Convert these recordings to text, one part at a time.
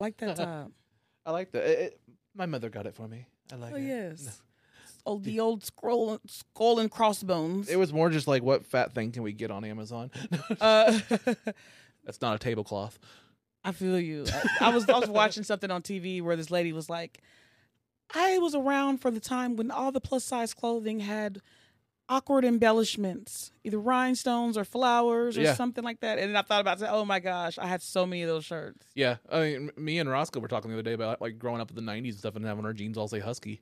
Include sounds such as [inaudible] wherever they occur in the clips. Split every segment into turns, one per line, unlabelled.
like that top.
I like that. It, it- my mother got it for me. I like
Oh
it.
yes. Oh, the old scroll, skull and crossbones.
It was more just like, what fat thing can we get on Amazon? [laughs]
uh, [laughs]
That's not a tablecloth.
I feel you. I, I was I was watching something on TV where this lady was like, I was around for the time when all the plus size clothing had awkward embellishments, either rhinestones or flowers or
Yeah.
something like that. And then I thought about it, I said, oh my gosh, I had so many of those shirts.
Yeah, I mean, m- me and Roscoe were talking the other day about like growing up in the '90s and stuff, and having our jeans all say husky.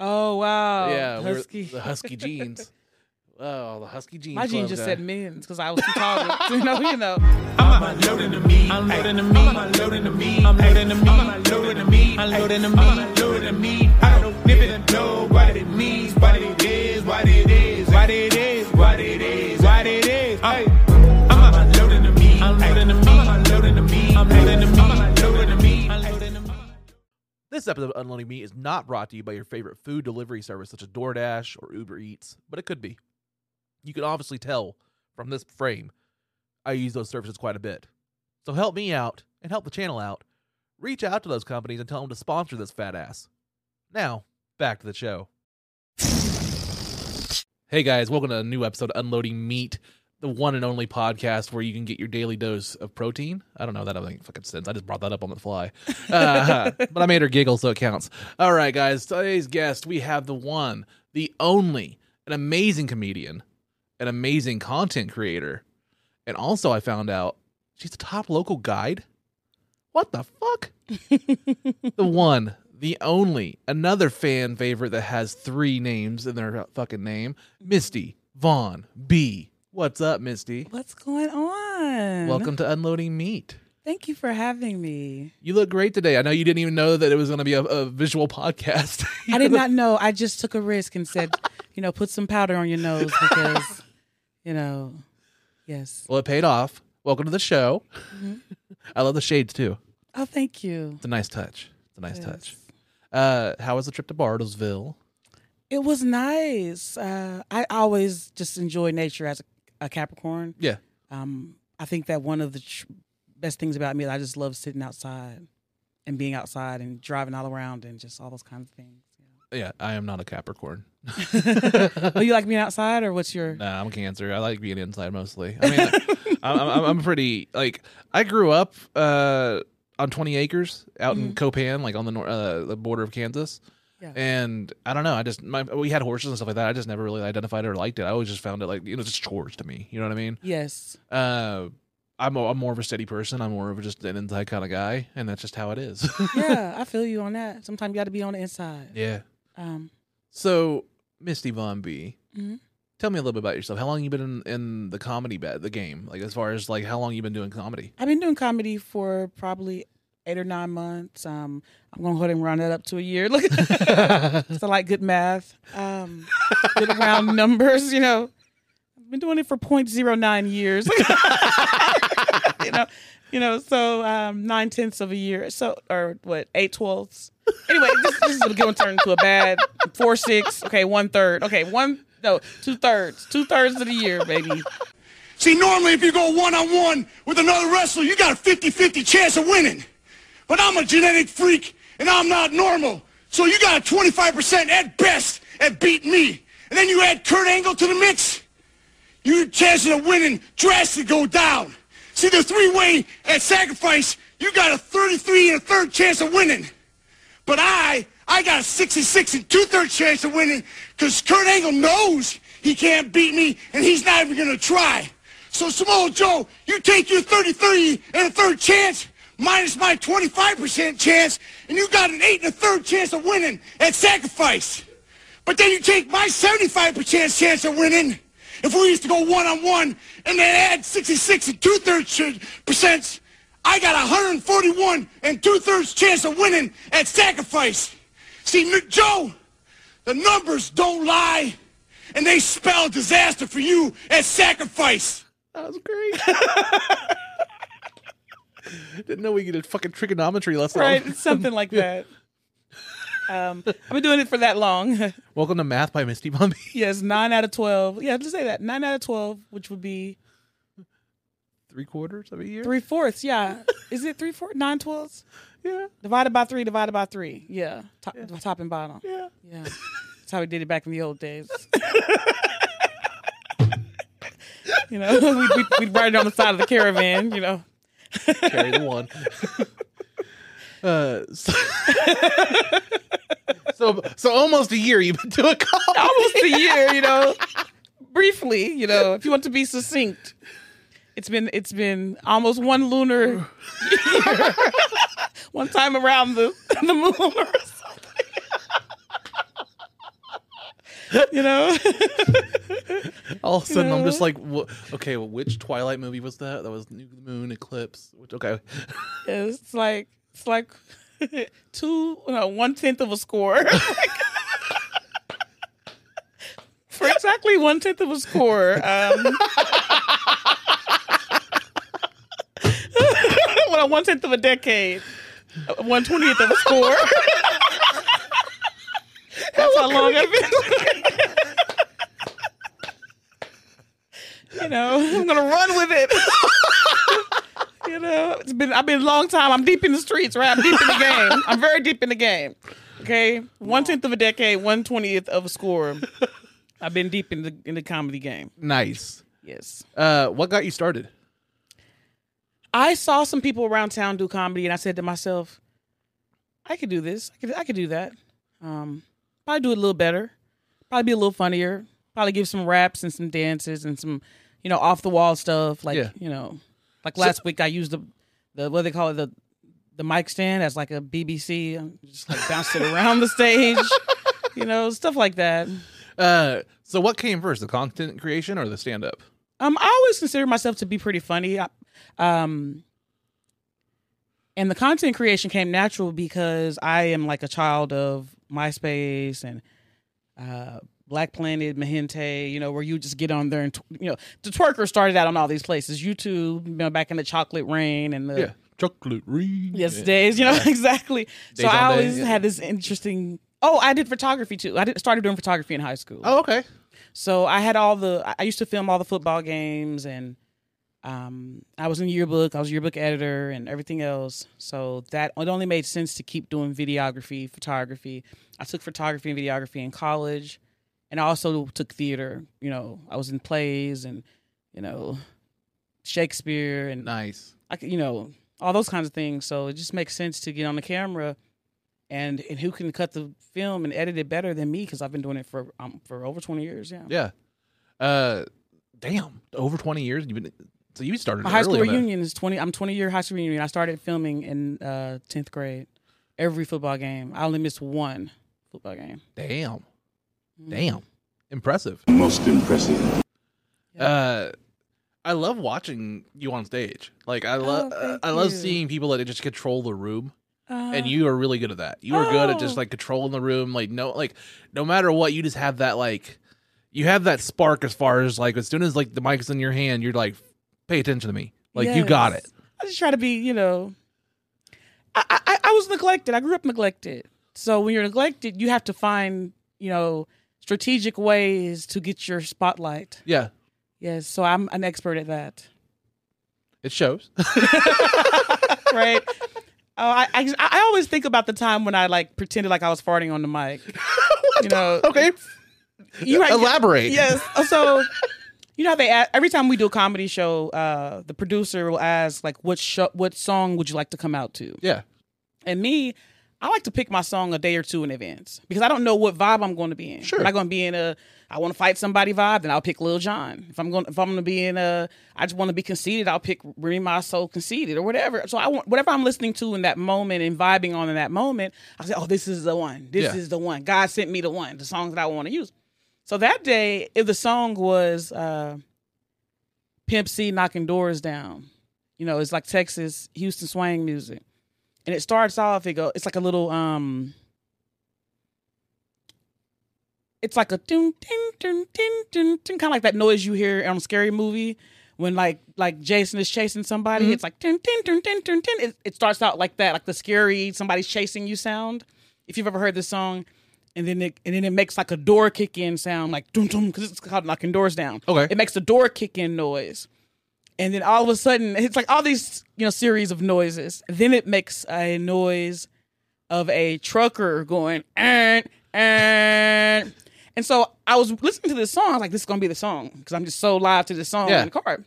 Oh wow,
yeah, we were-
husky.
the
[laughs]
husky jeans. Oh, the husky jeans.
My jeans
club
just
guy.
said men's because I was too tall. to- [laughs] you know, you know.
[laughs]
I'm unloading the meat. I'm loading the meat. I'm unloading the meat. I'm loading the meat. I'm unloading the meat. I'm loading the meat. I'm unloading the meat. I don't nip it and know what it means, what it is, what it is, what it is, what it is, what it is. Hey. I'm unloading the meat. I'm loading the meat. I'm unloading the meat. I'm loading the meat. I'm unloading the meat. I'm loading the meat.
This episode of Unloading Me is not brought to you by your favorite food delivery service such as DoorDash or Uber Eats, but it could be. You can obviously tell from this frame I use those services quite a bit. So help me out and help the channel out. Reach out to those companies and tell them to sponsor this fat ass. Now, back to the show.
Hey guys, welcome to a new episode of Unloading Meat, the one and only podcast where you can get your daily dose of protein. I don't know that doesn't make fucking sense. I just brought that up on the fly, uh, but I made her giggle, so it counts. All right, guys, today's guest we have the one, the only, an amazing comedian, an amazing content creator, and also I found out she's a top local guide. What the fuck? the one, the only, another fan favorite that has three names in their fucking name, Misty Vaughn B. What's up, Misty?
What's going on?
Welcome to Unloading Meat.
Thank you for having me.
You look great today. I know you didn't even know that it was going to be a, a visual podcast. [laughs]
I did not know. I just took a risk and said, you know, put some powder on your nose because, you know, yes.
well, it paid off. Welcome to the show.
Mm-hmm.
[laughs] I love the shades too.
Oh, thank you.
It's a nice touch. It's a nice
Yes.
touch. Uh, how was the trip to Bartlesville?
It was nice. Uh, I always just enjoy nature as a, a Capricorn.
Yeah.
Um, I think that one of the tr- best things about me is I just love sitting outside and being outside and driving all around and just all those kinds of
[laughs]
things.
Yeah, I am not a Capricorn.
Oh, you like being outside or what's your?
Nah, I'm a cancer. I like being inside mostly. I mean, I'm, I'm, I'm pretty like I grew up uh, on 20 acres out in Copan, like on the nor- uh, the border of Kansas.
Yeah.
And I don't know. I just my, we had horses and stuff like that. I just never really identified or liked it. I always just found it like you know just chores to me. You know what I mean? [laughs]
Yes.
Uh, I'm a, I'm more of a steady person. I'm more of just an inside kind of guy, and that's just how it is. [laughs]
Yeah, I feel you on that. Sometimes you got to be on the inside.
yeah.
Um,
So Misty Von B,
Mhm.
tell me a little bit about yourself. How long you been in, in the comedy bet the game? Like as far as like how long you been doing comedy?
I've been doing comedy for probably eight or nine months. Um, I'm gonna go ahead and round that up to a year. [laughs] Look, so like good math, um, good round numbers. You know, I've been doing it for 0.09 years. [laughs] you know, you know, so um, nine tenths of a year. So or what, eight twelfths. Anyway, this, this is going to turn into a bad four six. Okay, one third. Okay, one no two thirds, two thirds of the year, baby.
See, normally if you go one on one with another wrestler, you got a 50 50 chance of winning. But I'm a genetic freak and I'm not normal. So you got a 25% at best at beating me. And then you add Kurt Angle to the mix, your chances of winning drastically go down. See, the three way at sacrifice, you got a 33 and a third chance of winning. But I, I got a 66 and two-thirds chance of winning because Kurt Angle knows he can't beat me and he's not even going to try. So Samoa Joe, you take your 33 and a third chance minus my 25% chance and you got an eight and a third chance of winning at sacrifice. But then you take my 75% chance of winning if we used to go one-on-one and then add 66 and two-thirds percents I got 141 and two-thirds chance of winning at sacrifice. See, Mick Joe, the numbers don't lie, and they spell disaster for you at sacrifice.
That was great. [laughs] Didn't know we get a fucking trigonometry lesson.
right? It's something like that. Um, I've been doing it for that long. [laughs]
Welcome to Math by Misty Von B. [laughs]
yes, nine out of twelve. Yeah, just say that nine out of twelve, which would be
three quarters of a year.
Three fourths, yeah. Is it three four nine twelves?
Yeah,
Divided by three, divided by three. Yeah. Top, top and bottom.
yeah.
Yeah. That's how we did it back in the old days. you know, [laughs] we'd, we'd, we'd ride it on the side of the caravan, you know.
carry the
[laughs]
one. uh, so, [laughs] so so almost a year you've been doing comedy.
[laughs] Almost a year, you know. Briefly, you know, if you want to be succinct. It's been it's been almost one lunar year. [laughs] one time around the the moon or something. [laughs] you know?
All of a sudden, I'm just
Yeah.
like, wha- okay, well, which Twilight movie was that? That was New Moon Eclipse. Which, okay,
It's like it's like [laughs] two no one tenth of a score. [laughs] For exactly one tenth of a score. Um, [laughs] well, one tenth of a decade. One twentieth of a score. [laughs] That's how long I've been. [laughs] you know, I'm gonna run with it. You know, it's been I've been a long time. I'm deep in the streets, right? I'm deep in the game. I'm very deep in the game. Okay, one tenth of a decade, one twentieth of a score. I've been deep in the in the comedy game.
nice.
Yes,
Uh, what got you started?
I saw some people around town do comedy, and I said to myself, I could do this. I could I could do that. Um, probably do it a little better. Probably be a little funnier. Probably give some raps and some dances and some, you know, off the wall stuff. Like
Yeah.
you know, like last week I used the the what do they call it the the mic stand as like a BBC, um, just like bounced it [laughs] around the stage, you know, stuff like that.
Uh, so what came first, the content creation or the stand up?
Um, I always consider myself to be pretty funny. I, um, and the content creation came natural because I am like a child of MySpace and uh, Black Planet, Mahente. You know, where you just get on there and tw- you know the twerker started out on all these places. YouTube, you know, back in the chocolate rain and the
Yeah, chocolate ring.
yes days. You know, [laughs] exactly. so
Days
I
on days,
always
yeah.
had this interesting. Oh, I did photography too. I did, started doing photography in high school.
Oh, okay.
So I had all the I- I used to film all the football games and um I was in yearbook, I was yearbook editor and everything else. So that it only made sense to keep doing videography, photography. I took photography and videography in college and I also took theater, you know, I was in plays and you know Shakespeare and uh,
Nice.
I c you know, all those kinds of things. So it just makes sense to get on the camera, and and who can cut the film and edit it better than me? Because I've been doing it for um, for over twenty years. Yeah,
Yeah. Uh, damn, over 20 years. You've been so you started
my high school
early on that.
reunion is twenty. I'm twenty year high school reunion. I started filming in uh tenth grade. Every football game, I only missed one football game.
Damn.
Mm.
Damn. Impressive.
Most impressive.
Uh, I love watching you on stage. Like I love,
Oh,
uh,
thank
I love
you. Uh-huh.
seeing people that just control the room, and you are really good at that. You are good at just
Oh.
like controlling the room. Like no, like no matter what, you just have that like, you have that spark as far as like as soon as like the mic's in your hand, you're like, pay attention to me. Like you got
Yes.
it.
I just try to be, you know. I, I- I I was neglected. I grew up neglected. So when you're neglected, you have to find, you know, strategic ways to get your spotlight.
Yeah,
Yes, so I'm an expert at that.
it shows. [laughs]
Right? oh, I, I I always think about the time when I like pretended like I was farting on the
[laughs]
mic. you know,
okay,
you had-
elaborate.
Yes. Oh, So, you know, how they a every time we do a comedy show, uh, the producer will ask like, "What show? What song would you like to come out to?"
yeah,
And me, I like to pick my song a day or two in advance because I don't know what vibe I'm going to be in.
Sure.
Am I going to be in a I want to fight somebody vibe? Then I'll pick Lil Jon. If I'm going, if I'm going to be in a I just want to be conceited, I'll pick Remy Ma So Conceited or whatever. So I want whatever I'm listening to in that moment and vibing on in that moment. I say, oh, this is the one. This
Yeah.
is the one. God sent me the one. The songs that I want to use. So that day, if the song was uh, Pimp C knocking doors down, you know, it's like Texas Houston swang music, and it starts off. It go, it's like a little um, it's like a ding ding ding ding ding ding, kind of like that noise you hear on a scary movie when like like Jason is chasing somebody. It's like ding ding ding ding ding ding. It, it starts out like that, like the scary somebody's chasing you sound. If you've ever heard this song. And then it and then it makes like a door kick in sound like dum dum because it's called knocking doors down.
Okay.
It makes the door kick in noise and then all of a sudden it's like all these you know series of noises then it makes a noise of a trucker going and and and so i was listening to this song I was like this is gonna be the song because i'm just so live to this song
Yeah.
in the car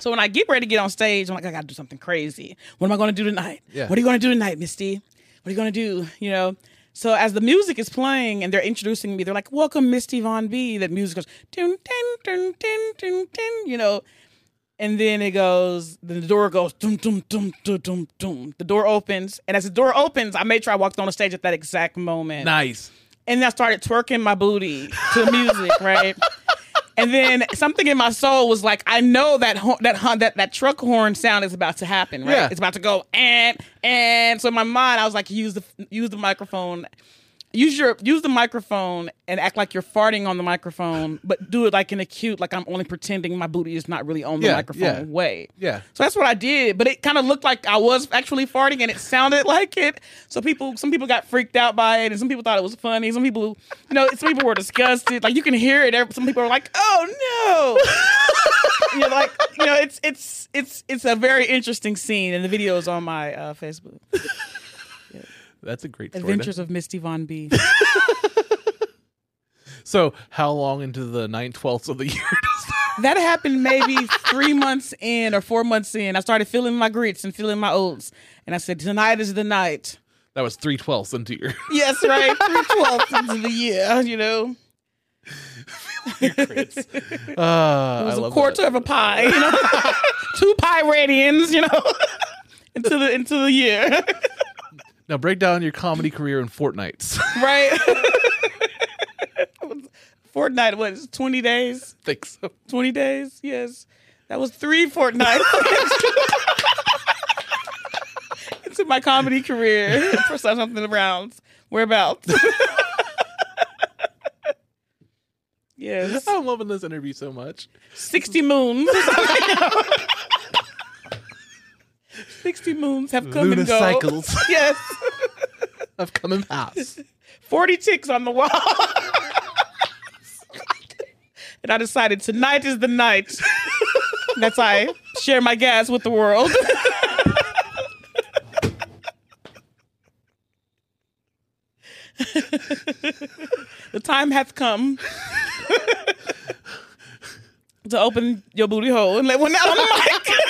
so when i get ready to get on stage i'm like i gotta do something crazy what am i gonna do tonight
Yeah.
what are you gonna do tonight misty what are you gonna do you know so as the music is playing and they're introducing me, they're like, "Welcome, Misty Von B." That music goes, dun, dun, dun, dun, dun, dun, you know, and then it goes, then the door goes, dum, dum, dum, dum, dum, dum. The door opens. And as the door opens, I made sure I walked on the stage at that exact moment.
Nice.
And I started twerking my booty to
[laughs]
music, right? And then something in my soul was like, I know that hor- that hon- that that truck horn sound is about to happen, right?
Yeah.
It's about to go and and so in my mind I was like, use the use the microphone, use your use the microphone and act like you're farting on the microphone, but do it like in a cute, like I'm only pretending my booty is not really on the
Yeah,
microphone
yeah.
way.
Yeah.
So that's what I did, but it kind of looked like I was actually farting, and it sounded [laughs] like it. So people, some people got freaked out by it, and some people thought it was funny. Some people, you know, some people were disgusted. Like you can hear it. Every- Some people were like, "Oh no!" [laughs] you know, like you know, it's it's it's it's a very interesting scene, and the video is on my uh, Facebook.
That's a great story.
Adventures of Misty Von B.
So, how long into the nine twelfths of the year? [laughs] does that-
That happened maybe three months in or four months in. I started feeling my grits and feeling my oats, and I said, "Tonight is the night."
that was three twelfths into your [laughs]
Yes, right. Three twelfths into the year, you know. [laughs]
Uh, I
It was a
love
quarter
that.
of a pie, you know, [laughs] two pie radians, you know, [laughs] into the into the year, [laughs]
Now break down your comedy career in fortnights. [laughs] I
right? [laughs] Fortnite was twenty days,
think so.
twenty days. Yes, that was three fortnights [laughs] into my comedy career [laughs] for some- something around whereabouts. [laughs] yes,
I'm loving this interview so much.
sixty moons. [laughs] Sixty moons have come
Lunar
and go.
[laughs] cycles
Yes.
have come and
[laughs]
passed.
40 ticks on the wall. [laughs] and I decided tonight is the night. That's how I share my gas with the world. [laughs] the time hath come to open your booty hole and let one out on the mic. [laughs]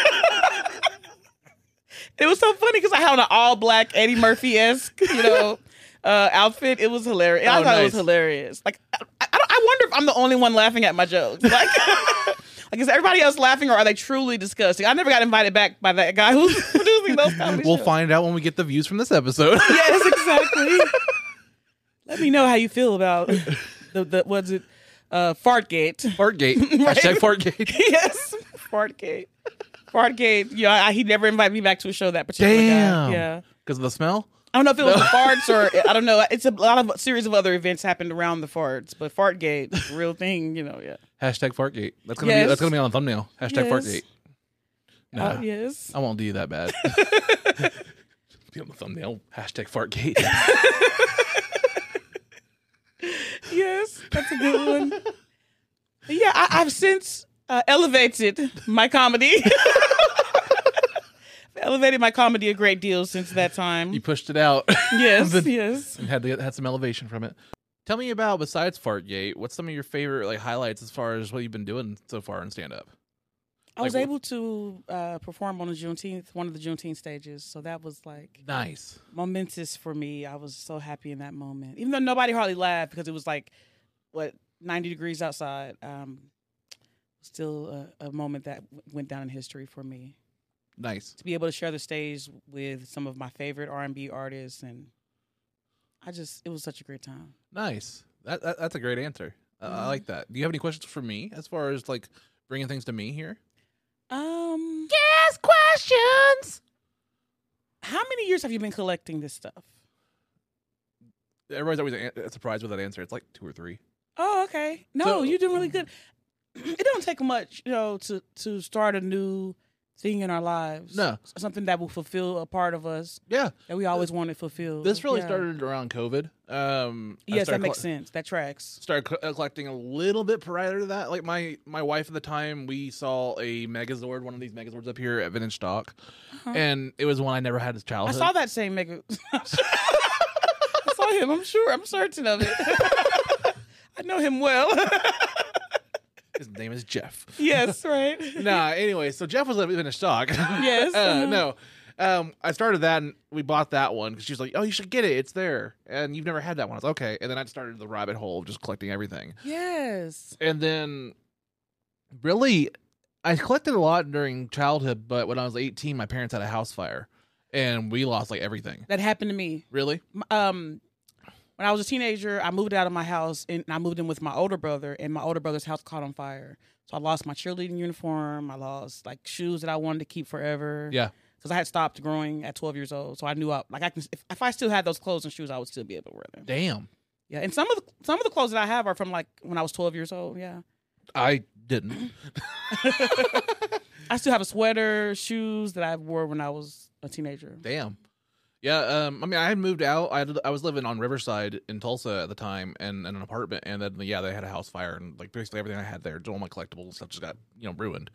It was so funny because I had on an all black Eddie Murphy esque, you know, uh, outfit. It was hilarious. I
Oh,
thought it was
nice.
hilarious. Like, I, I, don't- I wonder if I'm the only one laughing at my jokes. Like, [laughs] like is everybody else laughing or are they truly disgusting? I never got invited back by that guy who's [laughs] producing those comedy
We'll
shows.
find out when we get the views from this episode. [laughs]
Yes, exactly. Let me know how you feel about the, the what's it, uh, Fartgate. [laughs]
Fartgate. Hashtag Fartgate.
yes, Fartgate. Fartgate. Yeah, I, he never invited me back to a show. That particular
Damn.
guy. Oh Yeah.
Because of the smell?
I don't know if it was the farts or I don't know. It's a lot of a series of other events happened around the farts, but Fartgate, real thing, you know. Yeah.
Hashtag Fartgate. That's gonna be
Yes.
that's gonna be on the thumbnail. Hashtag
Yes.
Fartgate. Nah,
Uh, yes.
I won't do you that bad. [laughs] be on the thumbnail. Hashtag Fartgate. [laughs]
Yes, that's a good one. But yeah, I, I've since uh, elevated my comedy. [laughs] elevated my comedy a great deal since that time.
you pushed it out
[laughs]
[laughs]
Yes,
the-
yes.
and had the, had some elevation from it. Tell me about besides Fartgate. What's some of your favorite like highlights as far as what you've been doing so far in stand up?
I was
Like,
able to uh, perform on the Juneteenth, one of the Juneteenth stages, so that was like
Nice.
momentous for me. I was so happy in that moment, even though nobody hardly laughed because it was like what ninety degrees outside. Um, still a, a moment that w- went down in history for me
Nice.
to be able to share the stage with some of my favorite R and B artists, and I just it was such a great time.
Nice. That, that that's a great answer. I- I like that. Do you have any questions for me as far as like bringing things to me here?
Um,
Yes, questions.
how many years have you been collecting this stuff?
Everybody's always an- surprised with that answer. It's like two or three.
Oh, okay. No, [clears throat]
So-
you did really good. It don't take much, you know, to to start a new thing in our lives.
No.
Something that will fulfill a part of us
Yeah.
that we always wanted fulfilled.
This really
Yeah.
started around COVID. Um, I
Yes, that
started
makes
colle-
sense. That tracks.
Started co- uh, collecting a little bit prior to that. Like my my wife at the time, we saw a Megazord, one of these Megazords up here at Vintage Stock, and it was one I never had as
Uh-huh. I
childhood.
saw that same nigga. [laughs] I saw him. I'm sure. I'm certain of it. [laughs] I know him well. [laughs]
His name is Jeff.
yes, right.
nah. Anyway, so Jeff was up in a stock. [laughs]
Yes.
uh, no. Um, I started that and we bought that one because she was like, "Oh, you should get it. It's there." And you've never had that one. I was like, okay. And then I started the rabbit hole of just collecting everything.
Yes.
And then, really, I collected a lot during childhood. But when I was eighteen, my parents had a house fire, and we lost like everything.
That happened to me.
Really?
M- Um, when I was a teenager, I moved out of my house and I moved in with my older brother, and my older brother's house caught on fire. So I lost my cheerleading uniform. I lost like shoes that I wanted to keep forever.
Yeah.
Because I had stopped growing at 12 years old, so I knew I like I can if, if I still had those clothes and shoes, I would still be able to wear them.
Damn.
Yeah, and some of the some of the clothes that I have are from like when I was twelve years old. Yeah,
I didn't.
I still have a sweater, shoes that I wore when I was a teenager.
Damn. Yeah, um, I mean, I had moved out. I, had- I was living on Riverside in Tulsa at the time, and, and an apartment. And then, yeah, they had a house fire, and like basically everything I had there, all my collectibles and stuff, just got you know ruined.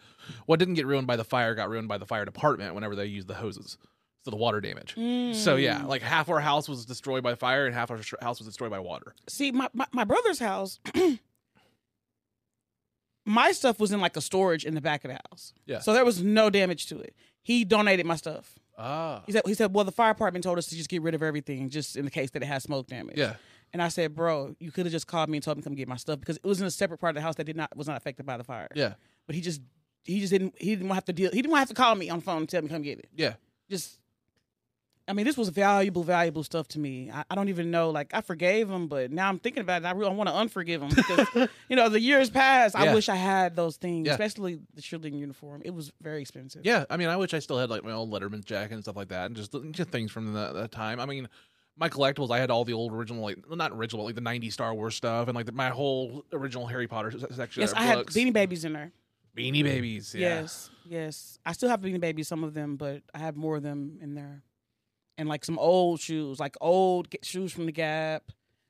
What didn't get ruined by the fire got ruined by the fire department whenever they used the hoses, so the water damage. So yeah, like half our house was destroyed by fire, and half our sh- house was destroyed by water.
See, my my, my brother's house, [clears throat] my stuff was in like a storage in the back of the house.
Yeah.
so there was no damage to it. He donated my stuff.
Ah,
He said he said, well, the fire department told us to just get rid of everything, just in the case that it has smoke damage.
yeah,
And I said, bro, you could have just called me and told me to come get my stuff because it was in a separate part of the house that did not was not affected by the fire.
yeah,
but he just he just didn't he didn't have to deal he didn't have to call me on the phone and tell me come get it.
yeah.
Just I mean, this was valuable, valuable stuff to me. I, I don't even know. Like, I forgave him, but now I'm thinking about it. I really want to unforgive him
[laughs]
because, you know, the years passed. I
Yeah.
wish I had those things,
Yeah.
especially the cheerleading uniform. It was very expensive.
Yeah, I mean, I wish I still had like my old Letterman's jacket and stuff like that, and just, just things from the, the time. I mean, my collectibles, I had all the old original, like well, not original, like the '90s Star Wars stuff, and like the, my whole original Harry Potter se- section.
Yes,
of
I had
books.
beanie babies in there.
Beanie Babies. Yeah.
Yes, yes. I still have beanie babies, some of them, but I have more of them in there, and like some old shoes, like old g- shoes from the Gap,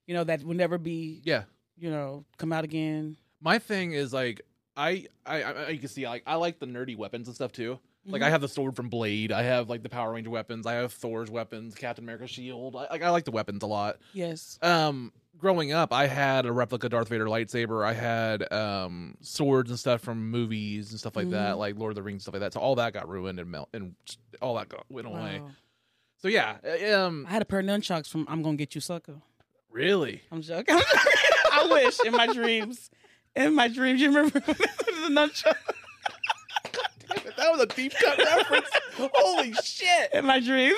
you know, that will never be
Yeah.
you know, come out again.
My thing is like I I, I I- you can see like I like the nerdy weapons and stuff too. Like
Mm-hmm.
I have the sword from Blade. I have like the Power Ranger weapons. I have Thor's weapons, Captain America's shield. I, like I like the weapons a lot.
Yes.
um growing up i had a replica darth vader lightsaber i had um swords and stuff from movies and stuff like that
Mm-hmm.
like lord of the rings stuff like that so all that got ruined and melt and just- all that got went away
Wow.
so yeah uh, um
I had a pair of nunchucks from I'm Gonna Get You Sucker.
really
I'm joking. I'm
[laughs]
joking. i wish in my dreams. In my dreams, you remember [laughs] the nunchuck?
that was a deep
[laughs]
cut reference holy shit
In my dreams.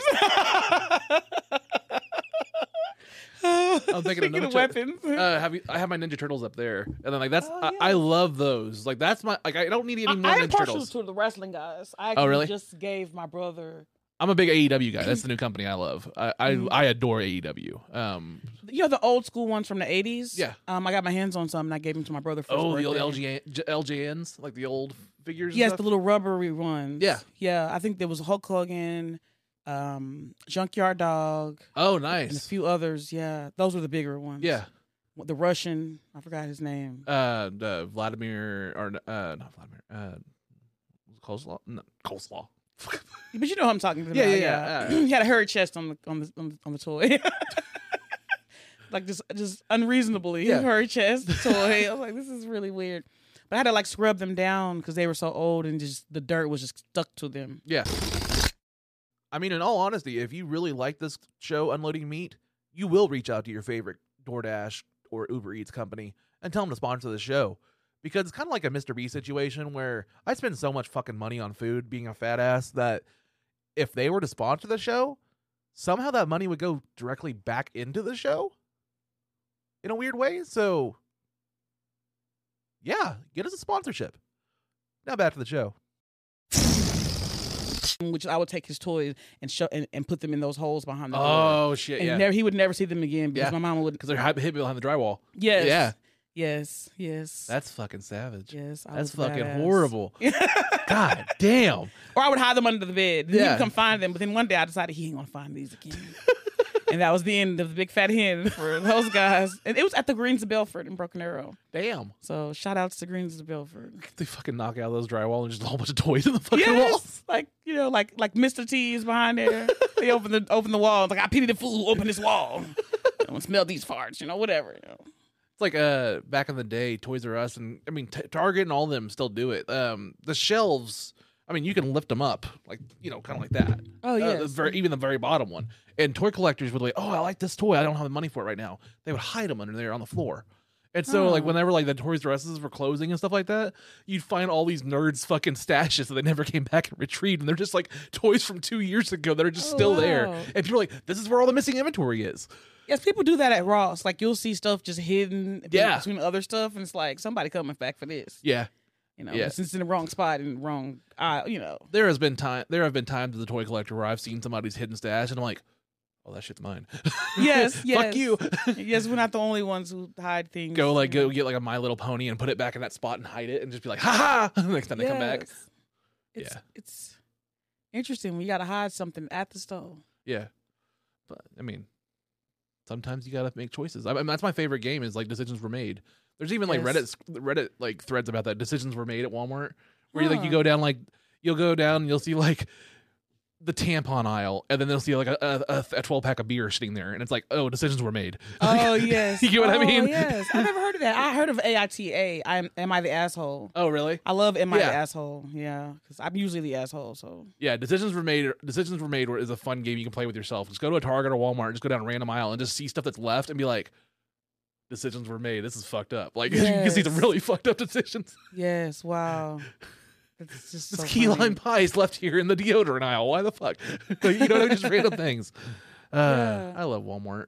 i'm thinking,
Thinking
of
of
nunchucks.
weapons.
uh, have you, I have my Ninja Turtles up there, and then like that's I, I love those. Like that's my like I don't need any more
Oh, I, I am
Ninja
partial
Turtles. Oh,
to the wrestling guys. I actually
really?
just gave my brother.
I'm a big AEW guy.
[clears throat]
That's the new company I love. I I,
Mm-hmm.
I adore AEW. Um,
You know the old school ones from the 80s?
Yeah.
Um, I got my hands on some and I gave them to my brother for his
Oh, the old
birthday.
LGN, J- LJNs, like the old figures. and
Yes,
stuff?
the little rubbery ones.
Yeah.
Yeah. I think there was Hulk Hogan, um, Junkyard Dog,
Oh,
and a
nice.
few others. Yeah, those were the bigger ones.
Yeah,
the Russian. I forgot his name.
uh, the Vladimir or uh, not Vladimir, uh, coleslaw, no, coleslaw. [laughs]
But you know who I'm talking about.
Yeah, yeah, yeah,
Uh, he had a hairy chest on the on the on the, on the toy. [laughs] like just just unreasonably
Yeah.
hairy chest the
[laughs]
toy. I was like, this is really weird. But I had to like scrub them down because they were so old and just the dirt was just stuck to them.
Yeah. I mean, in all honesty, if you really like this show, Unloading Meat, you will reach out to your favorite DoorDash or Uber Eats company and tell them to sponsor the show. Because it's kind of like a Mr. B situation where I spend so much fucking money on food being a fat ass that if they were to sponsor the show, somehow that money would go directly back into the show in a weird way. So, yeah, get us a sponsorship. Now back to the show.
Which I would take his toys and show and, and put them in those holes behind the door.
Oh, shit.
And
Yeah.
never, he would never see them again because my
Yeah.
mama would
because they're hid behind the drywall.
Yes.
Yeah.
Yes, yes.
That's fucking savage.
yes, I
That's
was
fucking
badass. [laughs]
horrible. God damn.
Or I would hide them under the bed. Then
Yeah.
he'd come find them. But then one day I decided he ain't gonna find these again. [laughs] and that was the end of the big fat hen for those guys. And it was at the Greens of Belford in Broken Arrow.
Damn.
So shout outs to Greens of Belford.
They fucking knock out those drywall and just a whole bunch of toys in the fucking wall.
Yes, like you know, like like Mr. T is behind there. they open the open the wall. It's like I pity the fool who opened this wall. I don't smell these farts, you know, whatever. You know.
It's like uh back in the day, Toys R Us and I mean t- Target and all them still do it. Um, the shelves. I mean, you can lift them up, like you know, kind of like that.
Oh,
yeah, the
yes.
very, even the very bottom one. And toy collectors would like, oh, I like this toy. I don't have the money for it right now. They would hide them under there on the floor. And so,
Oh.
like, whenever like the Toys R Us's were closing and stuff like that, you'd find all these nerds' fucking stashes that they never came back and retrieved, and they're just like toys from two years ago that are just
Oh,
still there.
wow.
And people are like, "This is where all the missing inventory is."
Yes, people do that at Ross. Like you'll see stuff just hidden be-
Yeah.
between other stuff, and it's like somebody coming back for this.
Yeah,
You know,
Yeah.
since it's in the wrong spot and the wrong aisle. You know,
there has been time there have been times as a toy collector where I've seen somebody's hidden stash and I'm like, oh that shit's mine. [laughs]
[laughs] yes, yes,
Fuck you.
yes, we're not the only ones who hide things.
[laughs] go like go get like a My Little Pony and put it back in that spot and hide it and just be like, ha [laughs] ha. Next time they come back,
Yes. It's,
Yeah.
it's interesting. We got to hide something at the store.
[laughs] yeah. But I mean, sometimes you gotta make choices. I mean, that's my favorite game is like decisions were made. There's even like
Yes.
Reddit Reddit like threads about that decisions were made at Walmart where you like you go down like you'll go down and you'll see like the tampon aisle and then they'll see like a a, a 12 pack of beer sitting there and it's like oh decisions were made. [laughs]
Oh yes,
You get what I
Oh,
mean?
Yes, I never heard of that. I heard of AITA. I'm am I the asshole?
Oh, really?
I love am I
Yeah.
the asshole? Yeah, because I'm usually the asshole. So
Yeah, decisions were made. Decisions were made. Where is a fun game you can play with yourself. Just go to a Target or Walmart, and just go down a random aisle, and just see stuff that's left, and be like, "Decisions were made. This is fucked up." Like [laughs] you can see some
Yes.
really fucked up decisions.
yes, wow,
[laughs]
that's just so
this key
funny.
lime pie is left here in the deodorant aisle. Why the fuck? [laughs] Like, you know, just random things. Uh,
Yeah.
I love Walmart.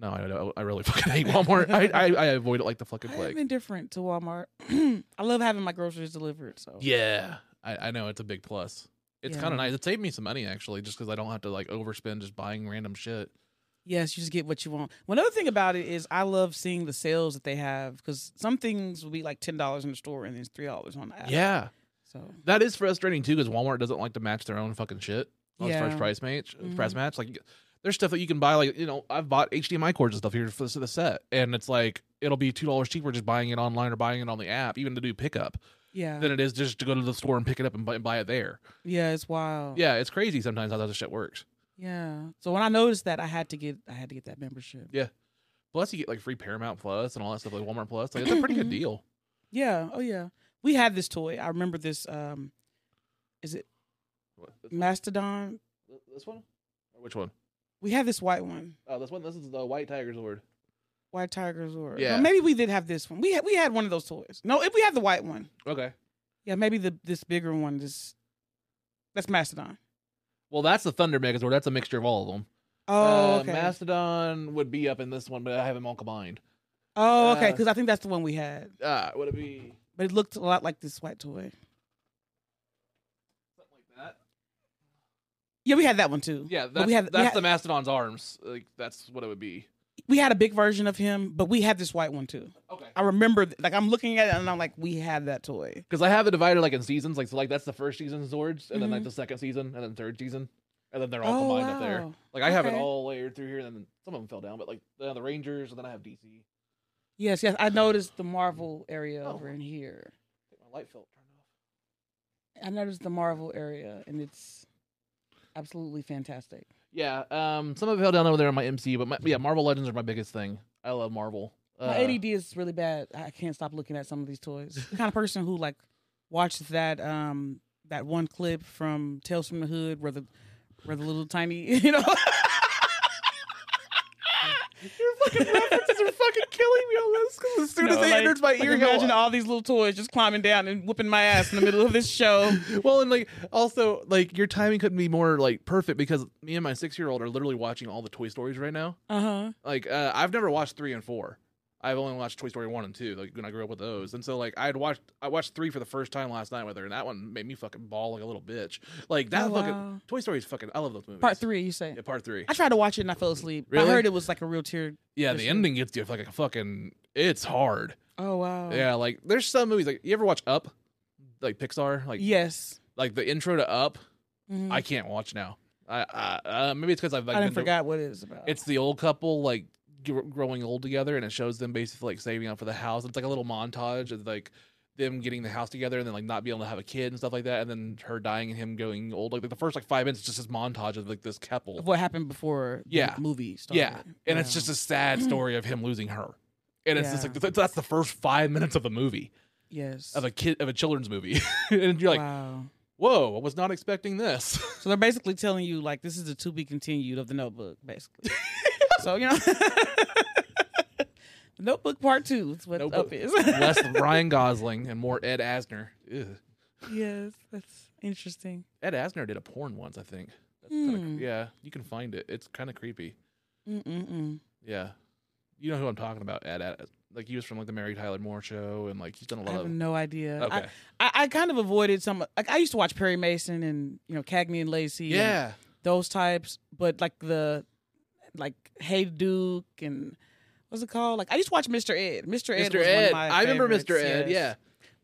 No, I don't. I really fucking hate Walmart. I, I I avoid it like the
[laughs]
fucking
I've
plague.
been different to Walmart. [clears throat] I love having my groceries delivered. So
Yeah, I, I know it's a big plus. It's
Yeah.
kind of nice. It saved me some money actually, just because I don't have to like overspend just buying random shit.
Yes, you just get what you want. One other thing about it is I love seeing the sales that they have because some things will be like ten dollars in the store and then it's three dollars on the app.
Yeah.
So
That is frustrating too, because Walmart doesn't like to match their own fucking shit on as far as
Yeah.
price match. uh, Price match, like there's stuff that you can buy. Like you know, I've bought HDMI cords and stuff here for the set, and it's like it'll be two dollars cheaper just buying it online or buying it on the app, even to do pickup,
yeah,
than it is just to go to the store and pick it up and buy, buy it there.
yeah, it's wild.
Yeah, it's crazy sometimes how that shit works.
yeah. So when I noticed that, I had to get I had to get that membership.
Yeah. Plus, you get like free Paramount Plus and all that stuff, like Walmart Plus. Like, it's a pretty [clears throat] good deal.
Yeah. Oh yeah. We had this toy. I remember this. Um, is it
Mm.
Mastodon?
This one, or which one?
We had this white one,
Oh, this one. This is the White Tiger's Lord.
White Tiger's or
Yeah.
maybe we did have this one. We had we had one of those toys. No, if we had the white one.
Okay.
Yeah, maybe the this bigger one. This that's Mastodon.
Well, that's the Thunder Megazord. That's a mixture of all of them.
Oh,
Uh,
okay.
Mastodon would be up in this one, but I have them all combined.
oh, okay.
uh,
Because I think that's the one we had,
Uh, would it be
but it looked a lot like this white toy.
something like that?
Yeah, we had that one too.
Yeah,
But
that's,
we had
that's
we had,
the Mastodon's arms. Like that's what it would be.
we had a big version of him, but we had this white one too.
Okay.
I remember, th- like, I'm looking at it and I'm like, we had that toy.
Because I have it divided like in seasons. Like so, like that's the first season Zords, and then like the second season, and then third season, and then they're all
Mm-hmm. Oh,
combined up there.
wow.
Like I have it
Okay.
all layered through here, and then some of them fell down. But like the, the Rangers, and then I have DC.
Yes, yes. I noticed the Marvel area
Oh.
over in here.
I think my light felt turned off.
I noticed the Marvel area, and it's absolutely fantastic.
Yeah. Um. Some of it fell down over there on my MC, but my, yeah, Marvel Legends are my biggest thing. I love Marvel.
My
Uh,
ADD is really bad. I can't stop looking at some of these
[laughs]
toys. the kind of person who like watched that um that one clip from Tales from the Hood where the where the little tiny [laughs] you know
Your fucking references are fucking killing me on this. Because as soon as
No,
they
like-
entered my
like,
ear,
imagine
go,
all these little toys just climbing down and whooping my ass in the middle of this [laughs] show.
well, and like also like your timing couldn't be more like perfect because me and my six year old are literally watching all the Toy Stories right now.
Uh huh.
Like uh, I've never watched three and four. I've only watched Toy Story one and two. Like when I grew up with those, and so like I had watched I watched three for the first time last night with her, and that one made me fucking ball like a little bitch. Like that
Oh,
fucking
wow.
Toy Story's fucking. I love those movies.
Part three, you say?
Yeah, part three.
I tried to watch it and I fell asleep. I
Really?
heard it was like a real tear.
Yeah, the
Sure.
ending gets you like a fucking it's hard.
Oh wow.
Yeah, like there's some movies like you ever watch Up, like Pixar, like
Yes.
like the intro to Up.
Mhm.
I can't watch now. I, I uh, maybe it's because I've like,
I
been
didn't
to-
forgot what it is about.
It's the old couple like gr- growing old together, and it shows them basically like saving up for the house. It's like a little montage of like them getting the house together, and then like not being able to have a kid and stuff like that, and then her dying and him going old. Like the first like five minutes, is just this montage of like this couple.
Of what happened before the
Yeah.
movie started.
Yeah, and it's just a sad story of him losing her, and it's just
Yeah.
like th- that's the first five minutes of the movie
yes.
of a kid of a children's movie, [laughs] and you're like,
wow.
whoa, I was not
[laughs]
expecting this.
So they're basically telling you like this is the to be continued of the Notebook, [laughs] basically. so you know, [laughs] Notebook Part Two is what
Notebook.
up is. [laughs]
[laughs] Less Ryan Gosling and more Ed Asner. Ugh.
yes, that's interesting.
Ed Asner did a porn once, I think. That's
Hmm.
kinda, cre- yeah, you can find it. It's kind of creepy.
Mm-mm-mm.
Yeah, you know who I'm talking about. Ed, Ed like he was from like the Mary Tyler Moore show, and like he's done a
I
lot
have
of.
no idea. I,
Okay.
I, I kind of avoided some. Like I used to watch Perry Mason and you know Cagney and Lacey. and
Yeah,
those types. But like the like Hey Duke and what's it called? Like I used to watch Mr. Ed. Mr. Ed.
Mr.
was
Ed.
One of my
I remember Mr.
favorites,
Ed.
yes.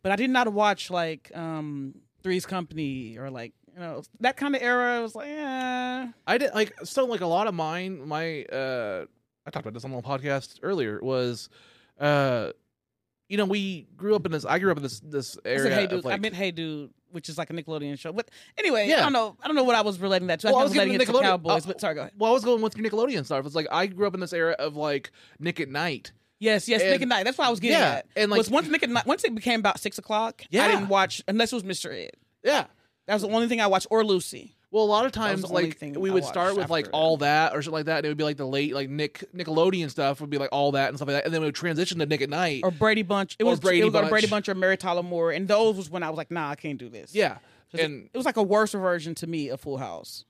but I did not watch like um Three's Company or like you know that kind of era. I was like, eh.
Yeah, I did like so like a lot of mine. My uh, I talked about this on the podcast earlier. Was uh, you know we grew up in this. I grew up in this this
I
area.
said Hey
of,
Dude. I
like-
meant Hey Dude, which is like a Nickelodeon show. But anyway, I
Yeah.
don't know. I don't know what I was relating that to.
Well,
I,
I
think
was
I was relating
getting
it to
Nickelodeon.
Cowboys.
Oh.
but sorry, go ahead.
well, I was going with your Nickelodeon stuff. It's like I grew up in this era of like Nick at Night.
Yes, yes, Nick
And-
and Night. That's what I was getting
Yeah,
at.
and,
And
like-
like, once Nick and Night, once it became about six o'clock,
Yeah.
I didn't watch unless it was Mr. Ed.
Yeah.
That was the only thing I watched, or Lucy.
Well, a lot
was
of times,
the only
like
thing
we
I
would
watched
start with like
after
all that or something like that, and it would be like the late like Nick Nickelodeon stuff would be like all that and stuff like that, and then we would transition to Nick at Night.
or Brady Bunch. It
Or
was
Brady
it was
Bunch.
on Brady Bunch or Mary Tyler Moore, and those was when I was like, nah, I can't do this.
yeah,
'Cause
and
it, it was like a worse version to me of Full House.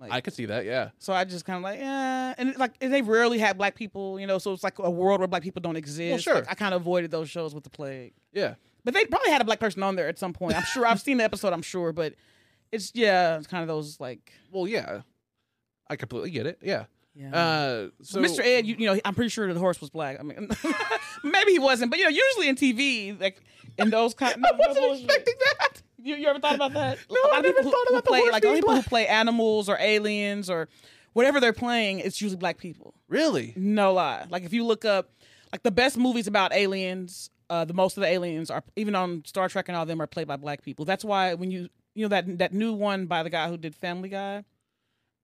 I could see that. Yeah,
So I just kind of like, yeah, and it, like and they rarely had black people, you know. So it's like a world where black people don't exist.
sure.
Like, I kind of avoided those shows with the plague,
yeah.
but they probably had a black person on there at some point. I'm
[laughs]
sure I've seen the episode. I'm sure, but it's yeah, it's kind of those like
Well, yeah, I completely get it. Yeah.
yeah.
Uh, so
Mr. Ed, you, you know, I'm pretty sure the horse was black. I mean, [laughs] maybe he wasn't, but you know, usually in TV, like in those
[laughs]
kind, no, no bullshit.
that.
You, you ever thought about that? No,
I never thought about the
play,
horse
like
being
people who
black.
play animals or aliens or whatever they're playing. It's usually black people.
Really?
No lie. Like if you look up, like the best movies about aliens, uh, the most of the aliens are even on Star Trek and all them are played by black people. That's why when you you know that that new one by the guy who did Family Guy.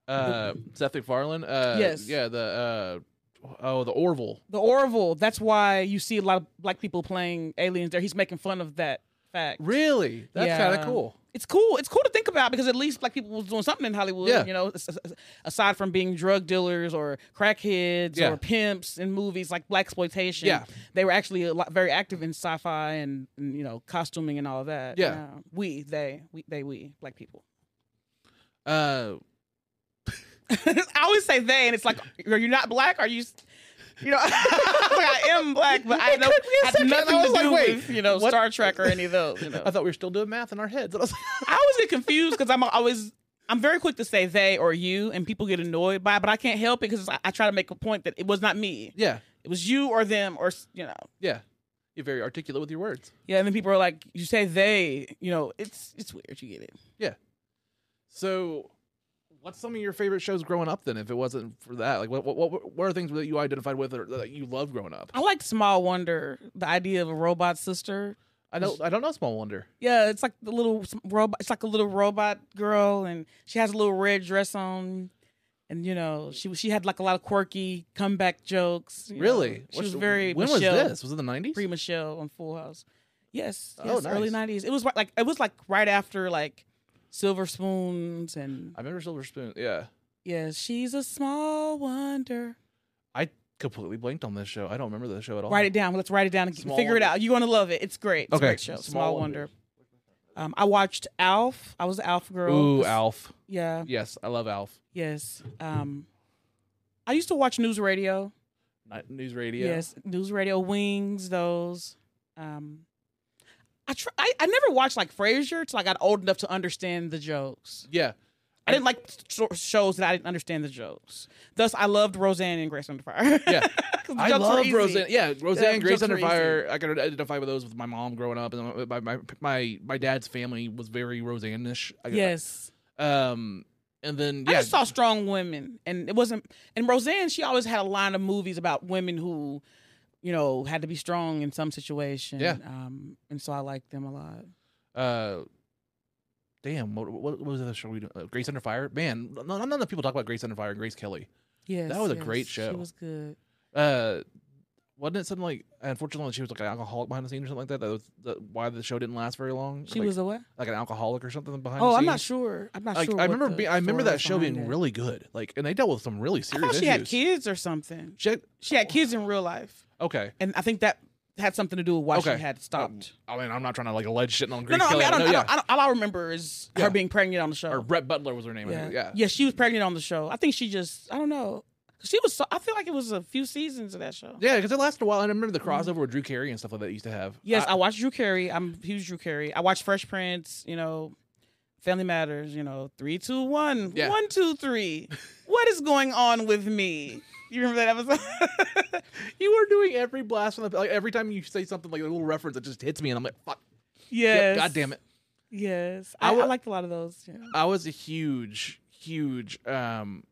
Uh, Seth MacFarlane. Uh,
Yes.
Yeah. The uh, oh, the Orville.
The Orville. That's why you see a lot of black people playing aliens there. He's making fun of that fact.
Really? That's
Yeah.
kind of cool.
It's cool. It's cool to think about because at least black people was doing something in Hollywood.
Yeah.
You know, as- as- aside from being drug dealers or crackheads
Yeah.
or pimps in movies like black exploitation.
Yeah.
They were actually a lot, very active in sci-fi and, and you know costuming and all of that.
Yeah.
We they we they we black people.
Uh,
[laughs] I always say they, and it's like, are you not black? Are you? You know, [laughs] like, I am black, but I know had nothing to
I was like,
do
wait,
with you know
what-
Star Trek or any of those. You know,
I thought we were still doing math in our heads. [laughs] I was like,
[laughs] I always get confused because I'm always I'm very quick to say they or you, and people get annoyed by, it, but I can't help it because I, I try to make a point that it was not me,
yeah,
it was you or them or s- you know.
yeah. You're very articulate with your words.
Yeah, and then people are like, you say they, you know, it's it's weird. You get it.
So, what's some of your favorite shows growing up then? If it wasn't for that, like what what what, what are things that you identified with or that you love growing up?
I like Small Wonder, the idea of a robot sister.
I don't I don't know. Small Wonder.
Yeah, it's like the little s- robot. It's like a little robot girl, and she has a little red dress on, and you know she she had like a lot of quirky comeback jokes. you know.
Really?
she
What's
was
the-
very
When
Michelle,
was this? Was it the nineties?
Pre Michelle on Full House. Yes, yes
Oh, nice.
early nineties. It was ri- like it was like right after like Silver Spoons, and
I remember Silver Spoon. Yeah,
yeah, she's a small wonder.
I completely blanked on this show. I don't remember the show at all.
Write it down. Let's write it down and
Small
figure
Wonder.
it out. You're gonna love it. It's great. It's
Okay.
a great show.
Small
Small,
Wonder.
wonder. Um, I watched Alf. I was the Alf girl.
Ooh,
This-
Alf.
Yeah.
Yes, I love Alf.
Yes. Um, I used to watch news radio.
Night News Radio.
Yes, news radio wings. Those. Um, I, tr- I I never watched like Frasier till I got old enough to understand the jokes.
Yeah.
I didn't like sh- shows that I didn't understand the jokes. Thus, I loved Roseanne and Grace [laughs] Under Fire.
Yeah.
'Cause the
I
jokes were
love
easy.
Roseanne. Yeah, Roseanne,
jokes
Grace
were
Under
easy.
Fire. I can identify with those with my mom growing up, and my my my, my dad's family was very Roseanne-ish. I-
Yes.
Um, and then
I
yeah,
just saw strong women, and it wasn't. And Roseanne, she always had a line of movies about women who, you know, had to be strong in some situation.
Yeah.
Um, and so I liked them a lot.
uh, damn, what, what, what was the other show we do? Uh, Grace Under Fire. Man, not, not enough people talk about Grace Under Fire and Grace Kelly.
Yes.
That was a
yes,
great
She
show.
was good.
Uh, wasn't it something like unfortunately she was like an alcoholic behind the scenes or something like that? That was the, why the show didn't last very long.
She
like,
was a what?
like an alcoholic or something behind.
Oh,
the
I'm not
scenes.
sure. I'm not
Like,
sure.
I
what
remember,
the
be, I remember
story
that show being
behind it.
really good. Like, and they dealt with some really
I
serious
thought she
issues.
had kids or something.
She had-
She had kids in real life,
okay.
and I think that had something to do with why
Okay.
she had stopped.
I mean, I'm not trying to like allege shitting on
No,
Grace
no, I
Kelly.
mean, I don't,
know,
I
yeah.
don't, I don't, all I remember is
Yeah.
her being pregnant on the show.
or Brett Butler was her name. I
yeah.
think. Yeah.
yeah, she was pregnant on the show. I think she just, I don't know. She was, so, I feel like it was a few seasons of that show.
Yeah, because it lasted a while. And I remember the crossover with Drew Carey and stuff like that used to have.
Mm-hmm. Yes, I,
I,
watched Drew Carey. I'm a huge Drew Carey. I watched Fresh Prince. You know, Family Matters. You know, three, two, one,
Yeah.
one, two,
[laughs]
three. What is going on with me? You remember that
[laughs]
episode?
you were doing every blast from the like every time you say something like a little reference, it just hits me, and I'm like, fuck,
yes.
God damn it.
Yes, I, I,
wa-
liked a lot of those. Yeah.
I was a huge, huge. um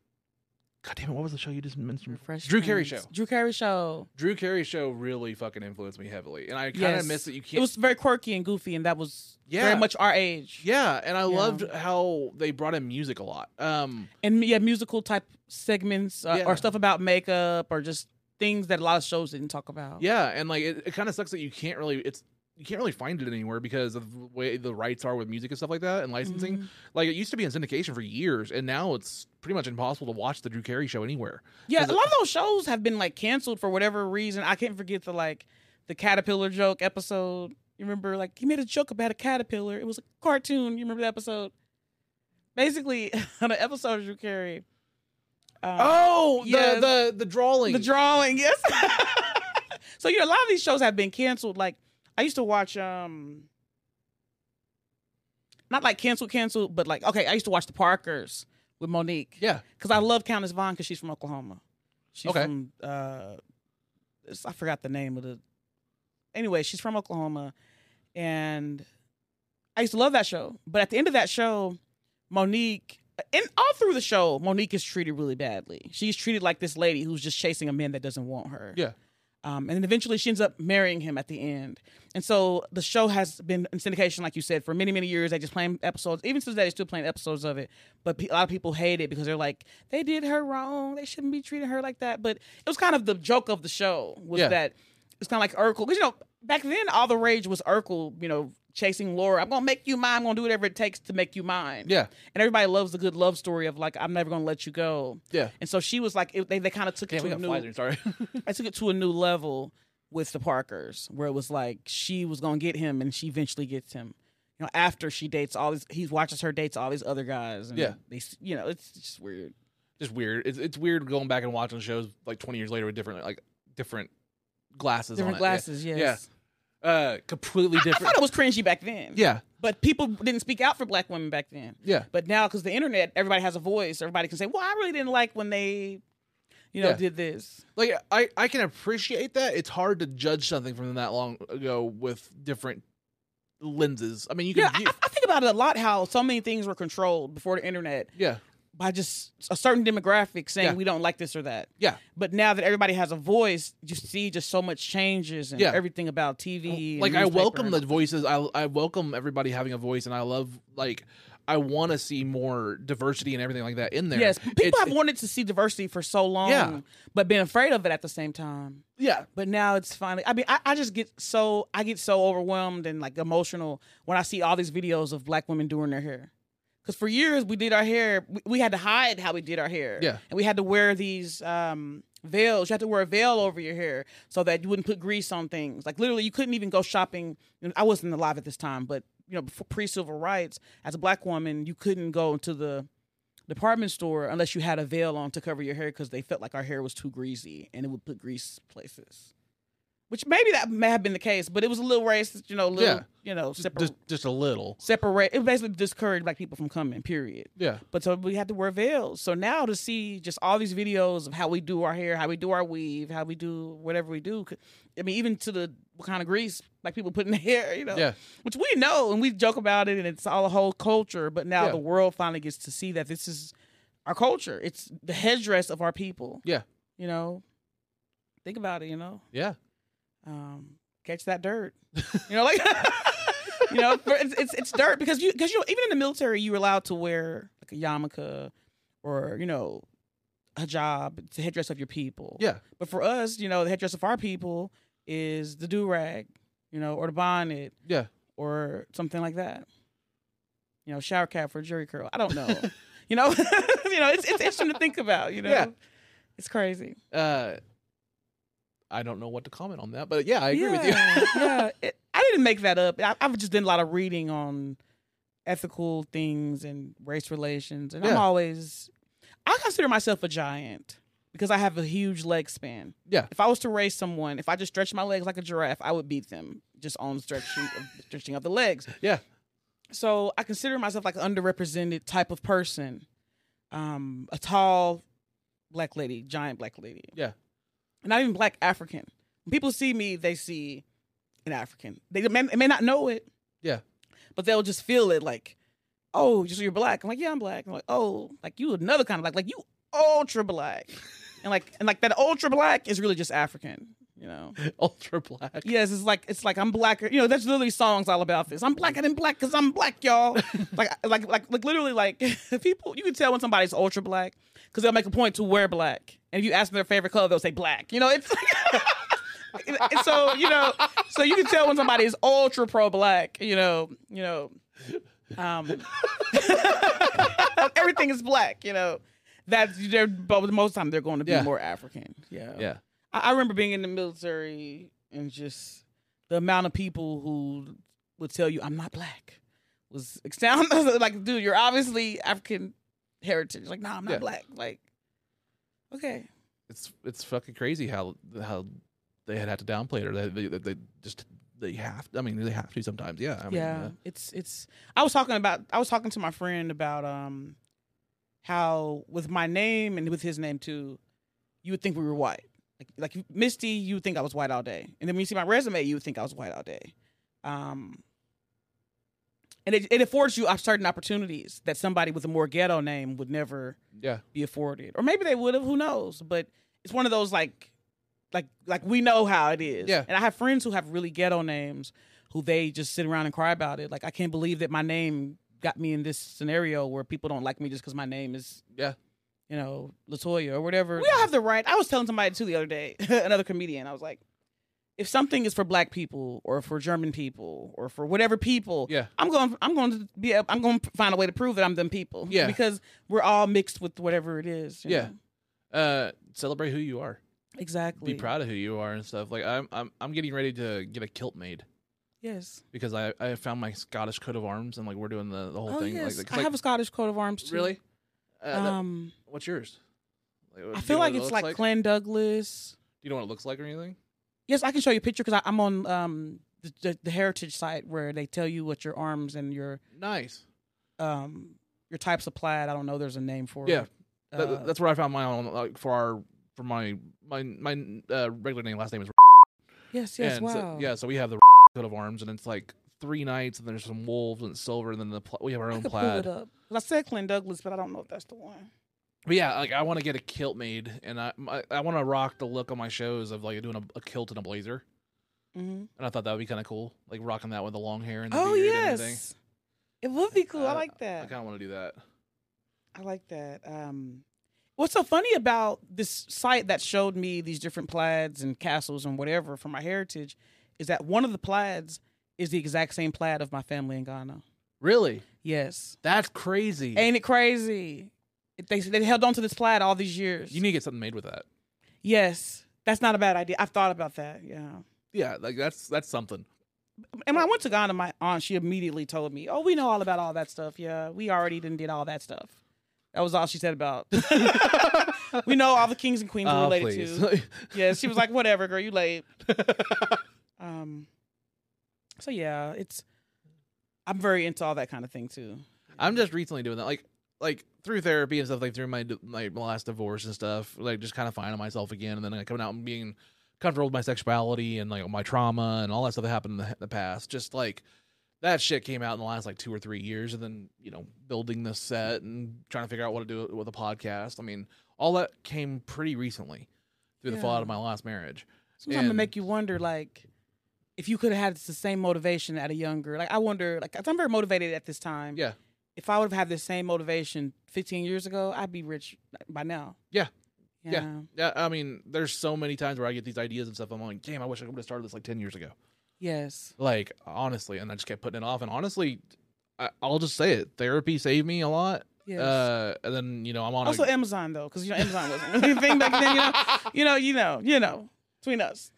God damn it! What was the show you just mentioned? Drew Carey show.
Drew Carey show.
Drew Carey show really fucking influenced me heavily, and I kind of
Yes.
miss that you can't.
It was very quirky and goofy, and that was
Yeah.
very much our age.
yeah, and I loved how they brought in music a lot. Um,
and yeah, musical type segments uh,
Yeah.
or stuff about makeup or just things that a lot of shows didn't talk about.
Yeah, and like it, it kind of sucks that you can't really it's you can't really find it anywhere because of the way the rights are with music and stuff like that and licensing.
Mm-hmm.
Like it used to be in syndication for years, and now it's pretty much impossible to watch the Drew Carey show anywhere.
Yeah,
'Cause
a lot of those shows have been like canceled for whatever reason. I can't forget the like the caterpillar joke episode. You remember like he made a joke about a caterpillar. It was a cartoon. You remember the episode? Basically, [laughs] on an episode of Drew Carey,
Oh, the
yes.
the the drawing.
Uh, um, the drawing. Yes. [laughs] so you know, a lot of these shows have been canceled. Like I used to watch um. Not like canceled, canceled, but like okay, I used to watch The Parkers with Monique.
yeah,
because I love Countess Vaughn because she's from Oklahoma. She's
Okay.
from uh, it's- I forgot the name of the. Anyway, she's from Oklahoma, and I used to love that show. But at the end of that show, Monique, and all through the show, Monique is treated really badly. She's treated like this lady who's just chasing a man that doesn't want her.
yeah.
Um, and then eventually she ends up marrying him at the end. And so the show has been in syndication, like you said, for many, many years. They just playing episodes. Even to this day, they're still playing episodes of it. But pe- a lot of people hate it because they're like, they did her wrong. They shouldn't be treating her like that. But it was kind of the joke of the show was
Yeah.
that it's kind of like Urkel. Because, you know, back then, all the rage was Urkel, you know, chasing Laura. I'm going to make you mine. I'm going to do whatever it takes to make you mine.
Yeah.
And everybody loves the good love story of like, I'm never going to let you go.
Yeah.
And so she was like, it, they, they kind of took it
Damn,
to
we
a
got
new
flies. in- Sorry. [laughs]
I took it to a new level with the Parkers, where it was like she was gonna get him, and she eventually gets him. You know, after she dates all these, he watches her dates all these other guys. And
Yeah.
they, s- you know, it's just weird.
Just weird. It's it's weird going back and watching shows like 20 years later with different like different glasses
Different
on it. Yeah.
glasses, yes.
Yeah. Uh, completely
I [laughs]
different.
thought it was cringy back then.
yeah.
but people didn't speak out for black women back then.
Yeah.
but now because the internet, everybody has a voice. Everybody can say, "Well, I really didn't like when they, you know,
Yeah.
did this."
like I, I can appreciate that. It's hard to judge something from that long ago with different lenses. I mean, you can
Yeah, I,
view-
I think about it a lot. How so many things were controlled before the internet
yeah,
by just a certain demographic saying
Yeah.
we don't like this or that. [laughs]
yeah.
But now that everybody has a voice, you see just so much changes and
Yeah.
everything about TV. and
Like I
newspaper
welcome the
and-
voices. I I welcome everybody having a voice, and I love like I want to see more diversity and everything like that in there.
yes, people
It's-
have wanted to see diversity for so long,
Yeah.
but been afraid of it at the same time.
yeah,
But now it's finally. I mean, I, I just get so I get so overwhelmed and like emotional when I see all these videos of black women doing their hair. Because for years we did our hair, we, we had to hide how we did our hair.
Yeah.
and we had to wear these um, veils. You had to wear a veil over your hair so that you wouldn't put grease on things. Like literally, you couldn't even go shopping. You know, I wasn't alive at this time, but you know, before pre civil rights, as a black woman, you couldn't go into the department store unless you had a veil on to cover your hair because they felt like our hair was too greasy and it would put grease places. which maybe that may have been the case, but it was a little racist, you know, a little,
Yeah.
you know,
Just,
separ-
just, just a little.
separate. It basically discouraged black people from coming, period.
Yeah.
But so we had to wear veils. So now to see just all these videos of how we do our hair, how we do our weave, how we do whatever we do. 'cause- I mean, even to the what kind of grease like people put in the [laughs] hair, you know.
Yeah.
Which we know and we joke about it and it's all a whole culture. But now
Yeah.
the world finally gets to see that this is our culture. It's the headdress of our people.
Yeah.
You know. Think about it, you know
Yeah.
um, catch that dirt. You know, like [laughs] you know, for, it's, it's it's dirt because you because you know even in the military you were allowed to wear like a yarmulke or you know hijab to headdress of your people.
Yeah.
But for us, you know, the headdress of our people is the do rag, you know, or the bonnet,
Yeah.
or something like that. You know, shower cap for jury curl. I don't
[laughs]
know. you know, [laughs] you know, it's it's interesting to think about. You know,
Yeah.
it's crazy.
Uh, I don't know what to comment on that, but yeah, I agree with you.
yeah, yeah. It, I didn't make that up. I, I've just done a lot of reading on ethical things and race relations, and I'm
Yeah.
always I consider myself a giant because I have a huge leg span.
Yeah.
If I was to race someone, if I just stretched my legs like a giraffe, I would beat them just on stretching of, stretching of the legs.
[laughs] Yeah.
So I consider myself like an underrepresented type of person, um, a tall black lady, giant black lady
Yeah.
not even black African. When people see me, they see an African. They may, they may not know it.
Yeah. [laughs]
But they'll just feel it like, oh, so you're black. I'm like, yeah, I'm black. I'm like, oh, like you another kind of black. Like you ultra black. and like and like that ultra black is really just African, you know.
Ultra black.
Yes, it's like it's like I'm blacker. You know, that's literally songs all about this. I'm blacker than black because I'm black,
[laughs]
y'all. like like like like literally like [laughs] people. You can tell when somebody's ultra black because they'll make a point to wear black, and if you ask them their favorite color, they'll say black. You know, it's. [laughs] and so you know, so you can tell when somebody is ultra pro black. You know, you know, um, [laughs] everything is black. You know, that's they're but most of the time they're going to be
Yeah.
more African.
Yeah.
I, I remember being in the military and just the amount of people who would tell you, "I'm not black," was sound [laughs] like, "Dude, you're obviously African heritage." Like, "No, I'm not
Yeah.
black." Like, okay,
It's it's fucking crazy how how they had had to downplay it or they they, they just they have. I mean, they have to sometimes. Yeah. I mean,
yeah,
uh,
it's it's. I was talking about. I was talking to my friend about um how with my name and with his name too, you would think we were white. Like like Misty, you would think I was white all day, and then when you see my resume, you would think I was white all day. Um, and it, it affords you uh, certain opportunities that somebody with a more ghetto name would never
yeah.
be afforded, or maybe they would have. Who knows? But it's one of those like, like, like we know how it is.
Yeah.
And I have friends who have really ghetto names, who they just sit around and cry about it. Like I can't believe that my name got me in this scenario where people don't like me just because my name is
Yeah.
you know, Latoya or whatever. We all have the right. I was telling somebody too the other day, [laughs] another comedian. I was like, if something is for black people or for German people or for whatever people,
Yeah.
I'm going. I'm going to be. a- I'm going to find a way to prove that I'm them people.
Yeah.
because we're all mixed with whatever it is. you
Yeah.
know?
Uh, celebrate who you are.
exactly.
Be proud of who you are and stuff. Like I'm I'm I'm getting ready to get a kilt made
Yes.
because I I found my Scottish coat of arms and like we're doing the, the whole
oh
thing.
yes.
Like, 'cause,
I
like,
have a Scottish coat of arms. Too.
really. Uh, that-
Um,
what's yours? Like, what- do
I
you
feel
know what
like
it
it's
looks
like, Glenn Douglas.
Do you know what it looks like or anything?
Yes, I can show you a picture because I'm on um the, the, the heritage site where they tell you what your arms and your
Nice.
um your types of plaid. I don't know. There's a name for
Yeah.
it.
That-
Uh,
that's where I found my own like for our for my my my uh, regular name last name is
yes, yes,
and
wow.
so, yeah so we have the [laughs] coat of arms and it's like three knights and there's some wolves and it's silver and then the pl- we have our
I [laughs]
own
could pull it
plaid
up. 'Cause I said Clint Douglas, but I don't know if that's the one.
but yeah like I want to get a kilt made and I my, I want to rock the look on my shows of like doing a, a kilt and a blazer
hmm
and I thought that would be kind of cool like rocking that with the long hair and the
Oh
beard and everything.
yes, it would be cool. I
Uh,
like
I
that.
kind of want to do that
I like that. Um, what's so funny about this site that showed me these different plaids and castles and whatever from my heritage is that one of the plaids is the exact same plaid of my family in Ghana.
really
Yes,
that's crazy
ain't it crazy? They they held on to this plaid all these years.
you need to get something made with that
Yes, that's not a bad idea. I've thought about that. Yeah.
yeah like that's that's something
And when I went to Ghana, my aunt she immediately told me, "Oh, we know all about all that stuff. Yeah, we already done did all that stuff." That was all she said about. [laughs] we know all the kings and queens we're
Oh,
related
please.
to. Yeah, she was like, "Whatever, girl, you late." um. So yeah, it's. I'm very into all that kind of thing too.
[laughs] I'm just recently doing that, like like through therapy and stuff, like through my my last divorce and stuff, like just kind of finding myself again, and then like coming out and being comfortable with my sexuality and like my trauma and all that stuff that happened in the, the past. Just like that shit came out in the last like two or three years, and then you know building this set and trying to figure out what to do with a podcast. I mean, all that came pretty recently through the
Yeah.
fallout of my last marriage.
Sometimes it
And-
make you wonder, like, if you could have had the same motivation at a younger. Like, I wonder, like, 'cause I'm very motivated at this time.
Yeah.
If I would have had the same motivation 15 years ago, I'd be rich by now.
Yeah.
Yeah.
Yeah. Yeah. I mean, there's so many times where I get these ideas and stuff. I'm like, damn, I wish I would have started this like 10 years ago.
Yes.
Like, honestly. And I just kept putting it off. And honestly, I, I'll just say it therapy saved me a lot.
Yes.
Uh, and then, you know, I'm on
Also
a,
Amazon though, because you know Amazon wasn't really a thing back then. You
[laughs]
know, you know, you know, you know, between us.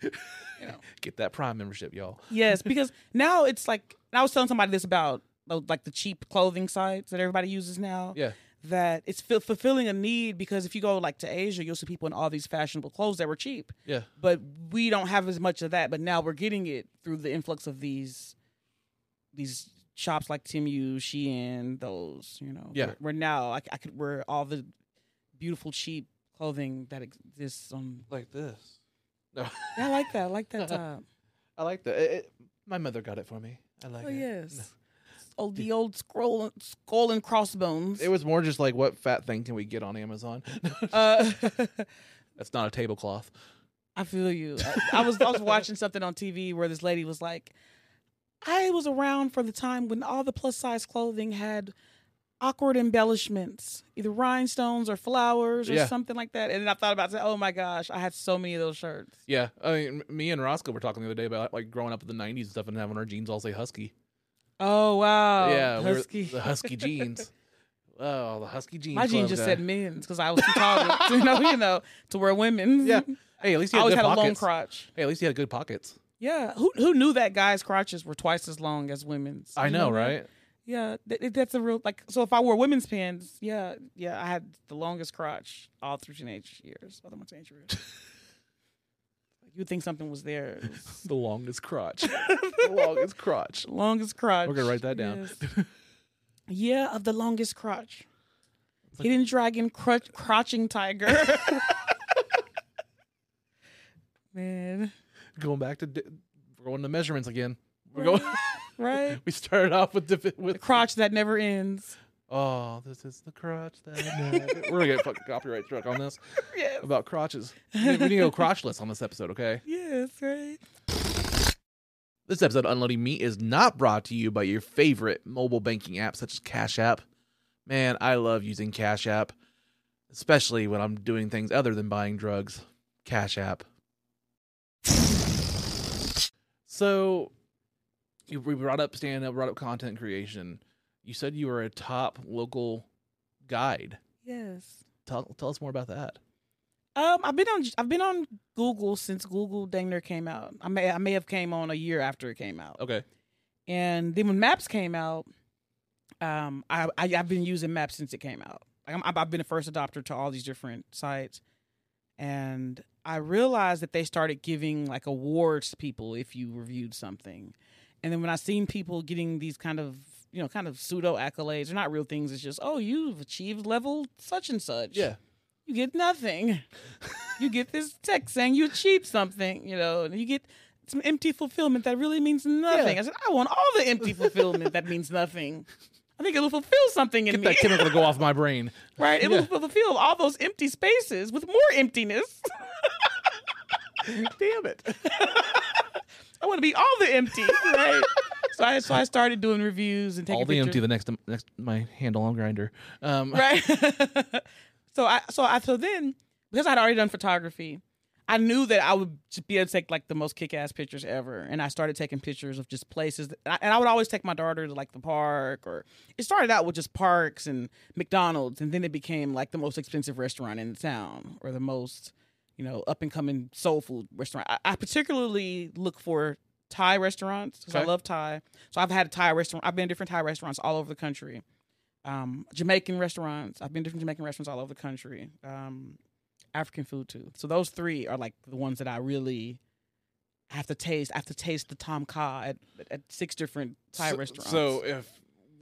get that Prime membership, y'all.
Yes, because now it's like and I was telling somebody this about oh, like the cheap clothing sites that everybody uses now.
Yeah.
That it's f- fulfilling a need because if you go like to Asia, you'll see people in all these fashionable clothes that were cheap.
Yeah.
But we don't have as much of that. But now we're getting it through the influx of these these shops like Timu, Shein, those. You know.
Yeah.
We're, we're now I, c- I could wear all the beautiful cheap clothing that exists on.
Like this. No,
I like that. I like
[laughs]
that top.
I like that. It- it- my mother got it for me. I like
Oh
it.
yes. Oh, the old scroll, skull and crossbones.
It was more just like, what fat thing can we get on Amazon? [laughs]
Uh,
That's not a tablecloth.
I feel you. I, I was
[laughs]
I was watching something on TV where this lady was like, I was around for the time when all the plus size clothing had awkward embellishments, either rhinestones or flowers or
Yeah.
something like that. And then I thought about it, oh my gosh, I had so many of those shirts.
Yeah, I mean, m- me and Roscoe were talking the other day about like growing up in the '90s and stuff, and having our jeans all say "husky."
Oh wow,
yeah, we were-
husky.
the
[laughs]
husky jeans. Oh, the husky jeans.
my jeans
club
just
guy.
said men's because I was too
[laughs]
tall to, you know, you know, to wear women's.
Yeah. Hey, at least
"Mm." I always
you had good
had a long
pockets.
crotch.
Hey, at least you had good pockets.
Yeah, who who knew that guys' crotches were twice as long as women's?
I
You
know,
that?
right?
Yeah, th- th- that's a real like. So if I wore women's pants, yeah, yeah, I had the longest crotch all through teenage years, all through my
[laughs]
teenage years. You'd think something was there. It was
The
[laughs]
longest crotch. the longest crotch.
the longest crotch.
We're gonna write that down.
Yes. yeah, of the longest crotch. Hidden dragon, crutch, crotching tiger.
[laughs]
Man,
[laughs] Going back to di- we're going to measurements again. We're going. [laughs]
right?
we started off with divi- with
Crotch that never ends.
oh, this is the crotch that
[laughs]
never- we're gonna get a fucking copyright struck on this
Yes,
about crotches. We need we need to go crotchless on this episode, okay?
yes, right.
This episode of Unloading Meat is not brought to you by your favorite mobile banking app such as Cash App. Man, I love using Cash App, especially when I'm doing things other than buying drugs. Cash App. So, you, we brought up stand up, brought up content creation. You said you were a top local guide.
Yes.
Tell, tell us more about that.
Um, I've been on I've been on Google since Google dang near came out. I may I may have came on a year after it came out.
Okay.
And then when Maps came out, um, I, I I've been using Maps since it came out. Like I'm, I've been a first adopter to all these different sites, and I realized that they started giving like awards to people if you reviewed something. And then when I seen people getting these kind of you know kind of pseudo accolades, they're not real things. It's just oh you've achieved level such and such you get nothing. you get this text saying you achieved something, you know, and you get some empty fulfillment that really means nothing. I said, I want all the empty fulfillment that means nothing. I think it'll fulfill something in
Get
me,
that chemical to go off my brain.
right? It will fulfill all those empty spaces with more emptiness. [laughs]
Damn it.
I want to be all the empty,
[laughs]
right? so I so I started doing reviews and taking
All the
pictures.
empty the next next my handle on grinder.
[laughs]
Um,
right? so I so I so then because I'd already done photography, I knew that I would just be able to take like the most kick ass pictures ever, and I started taking pictures of just places. That, and I- and I would always take my daughter to like the park, or it started out with just parks and McDonald's, and then it became like the most expensive restaurant in town or the most you know up and coming soul food restaurant. I, I particularly look for. Thai restaurants because I
Okay.
love Thai, so I've had a Thai restaurant. I've been to different Thai restaurants all over the country, um, Jamaican restaurants. I've been to different Jamaican restaurants all over the country. Um, African food too. So those three are like the ones that I really I have to taste. I have to taste the tom kha at, at six different Thai
so,
restaurants.
So if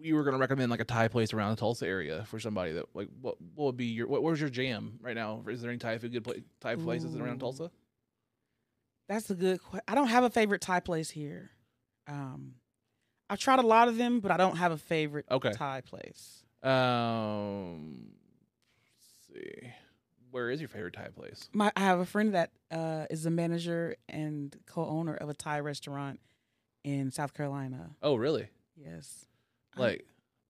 you were going to recommend like a Thai place around the Tulsa area for somebody that like what what would be your what, where's your jam right now? Is there any Thai food good pla- Thai places around
Ooh.
Tulsa?
That's a good question. I don't have a favorite Thai place here. Um, I've tried a lot of them, but I don't have a favorite
Okay.
Thai place.
Um, let's see, where is your favorite Thai place?
My, I have a friend that uh, is the manager and co-owner of a Thai restaurant in South Carolina.
Oh, really?
Yes, I-
Like,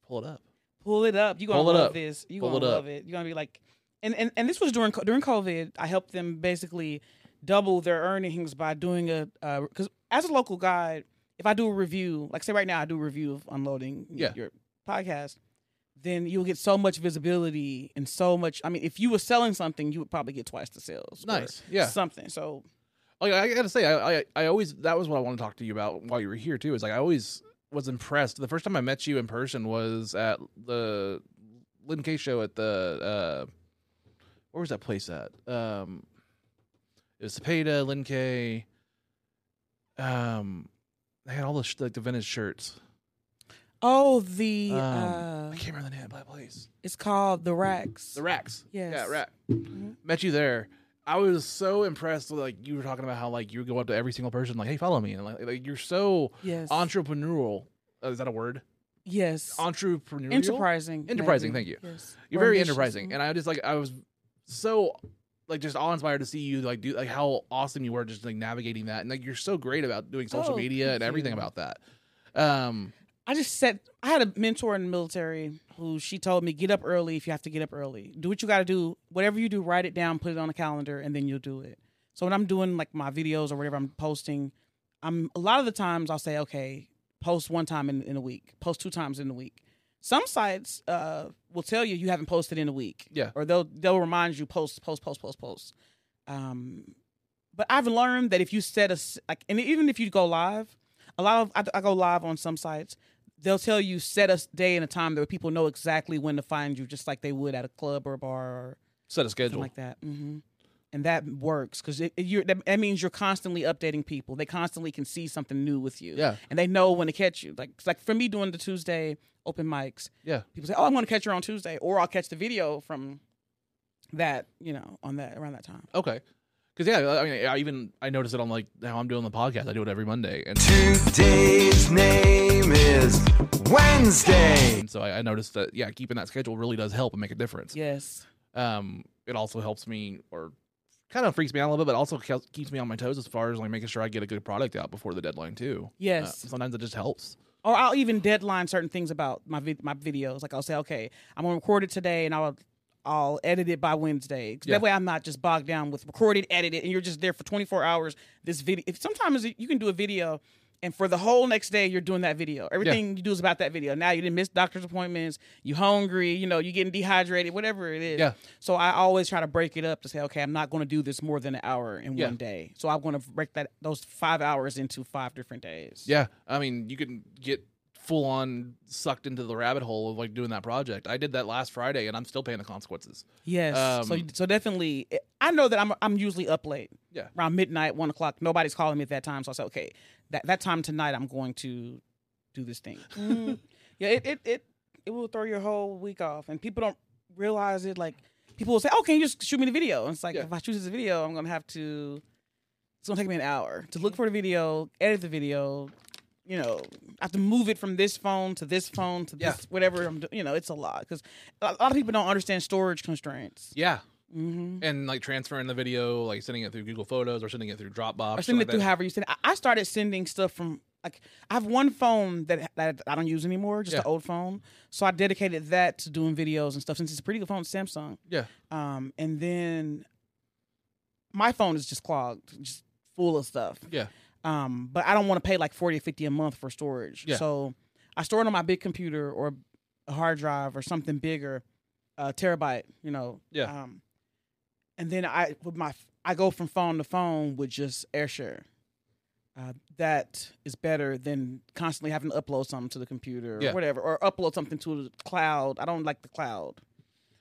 pull it up.
pull it up. You gonna
Pull it
love
up.
this. You
Pull
gonna
it up.
love it. You are gonna be like, and, and and this was during co- during COVID. I helped them basically double their earnings by doing a because as a local guide, if I do a review, like say right now I do a review of unloading y-
Yeah.
your podcast, then you'll get so much visibility and so much. I mean, if you were selling something, you would probably get twice the sales. or
Nice. Yeah.
something. So
Oh, yeah, I gotta say, I, I, I always that was what I want to talk to you about while you were here too. Is like I always was impressed. The first time I met you in person was at the Lynn K show at the uh, where was that place at? Um, it was Cepeda, Lynn K. Um, they had all the sh- like the vintage shirts.
oh the
Um,
uh,
I can't remember the name of that place.
it's called the racks.
The racks. Yeah,
Yes. Mm-hmm.
rack. Met you there. I was so impressed. With, like you were talking about how like you would go up to every single person, like, "Hey, follow me," and like, like you're so
Yes.
entrepreneurial. Uh, is that a word?
yes.
Entrepreneurial.
Enterprising.
Enterprising,
maybe.
thank you.
Yes.
You're
Or
very
ambitious.
enterprising, and I just like I was so like just awe inspired to see you like do like how awesome you were just like navigating that, and like you're so great about doing social
Oh,
media
thank
and everything
you.
about that. Um,
I just said I had a mentor in the military who she told me get up early if you have to get up early. Do what you got to do. Whatever you do, write it down, put it on a calendar, and then you'll do it. So when I'm doing like my videos or whatever I'm posting, I'm a lot of the times I'll say okay, post one time in, in a week, post two times in a week. Some sites uh, will tell you you haven't posted in a week,
Yeah.
or they'll they'll remind you post post post post post. Um, but I've learned that if you set a s- like, and even if you go live, a lot of I, I go live on some sites. They'll tell you set a s- day and a time that people know exactly when to find you, just like they would at a club or a bar or
set
something
a schedule.
like that. hmm And that works because it, it- you're, that, that means you're constantly updating people. They constantly can see something new with you,
Yeah.
and they know when to catch you. Like, 'cause like for me doing the Tuesday open mics,
yeah,
people say, "Oh, I'm going to catch her on Tuesday," or I'll catch the video from that, you know, on that around that time.
okay. Because yeah, I mean, I even I noticed it on like how I'm doing the podcast. I do it every Monday, and
Today's name is Wednesday.
And so I, I noticed that yeah, keeping that schedule really does help and make a difference.
Yes.
Um, it also helps me or kind of freaks me out a little bit, but also ke- keeps me on my toes as far as like making sure I get a good product out before the deadline too. Uh,
Yes.
sometimes it just helps.
or I'll even deadline certain things about my vid- my videos. Like I'll say, okay, I'm gonna record it today, and I'll I'll edit it by Wednesday. 'Cause
Yeah.
That way, I'm not just bogged down with recorded, edited, and you're just there for 24 hours. This video. If sometimes you can do a video, and for the whole next day, you're doing that video. Everything you do is about that video. Now you didn't miss doctor's appointments. You hungry. You know you getting dehydrated. Whatever it is.
Yeah.
So I always try to break it up to say, okay, I'm not going to do this more than an hour in
Yeah.
one day. So I'm going to break that those five hours into five different days.
Yeah. I mean, you can get full on sucked into the rabbit hole of like doing that project. I did that last Friday and I'm still paying the consequences.
Yes. so
Um,
so definitely, I know that I'm I'm usually up late.
Yeah.
Around midnight, one o'clock. Nobody's calling me at that time, so I said, okay, that that time tonight, I'm going to do this thing. Mm. yeah. It, it it it will throw your whole week off, and people don't realize it. Like people will say, oh, can you just shoot me the video? And it's like
Yeah.
if I choose this video, I'm gonna have to. It's gonna take me an hour to look for the video, edit the video. You know, I have to move it from this phone to this phone to
Yeah.
this whatever I'm doing. You know, it's a lot because a lot of people don't understand storage constraints.
Yeah.
Mm-hmm.
And like transferring the video, like sending it through Google Photos or sending it through Dropbox.
Or send
something
it through
like that.
however you send it. I I started sending stuff from like I have one phone that that I don't use anymore, just
Yeah.
an old phone. So I dedicated that to doing videos and stuff since it's a pretty good phone, Samsung.
Yeah.
Um, and then my phone is just clogged, just full of stuff.
Yeah.
Um, but I don't want to pay like 40 or 50 a month for storage.
Yeah.
So I store it on my big computer or a hard drive or something bigger, a terabyte, you know.
Yeah.
Um, and then I with my I go from phone to phone with just AirShare. uh, that is better than constantly having to upload something to the computer or
Yeah.
whatever, or upload something to the cloud. I don't like the cloud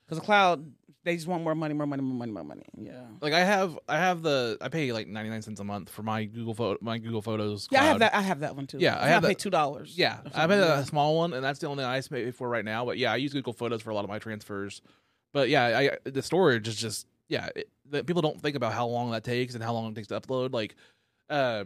because the cloud they just want more money, more money, more money, more money. Yeah,
Like I have, I have the, I pay like ninety nine cents a month for my Google photo, my Google Photos.
yeah, I have
cloud.
that. I have that one too.
Yeah, I
I,
have
pay
that-
two dollars.
Yeah, I have a small one, and that's the only I pay for right now. But yeah, I use Google Photos for a lot of my transfers. But yeah, I the storage is just yeah. It, the, people don't think about how long that takes and how long it takes to upload. Like, uh,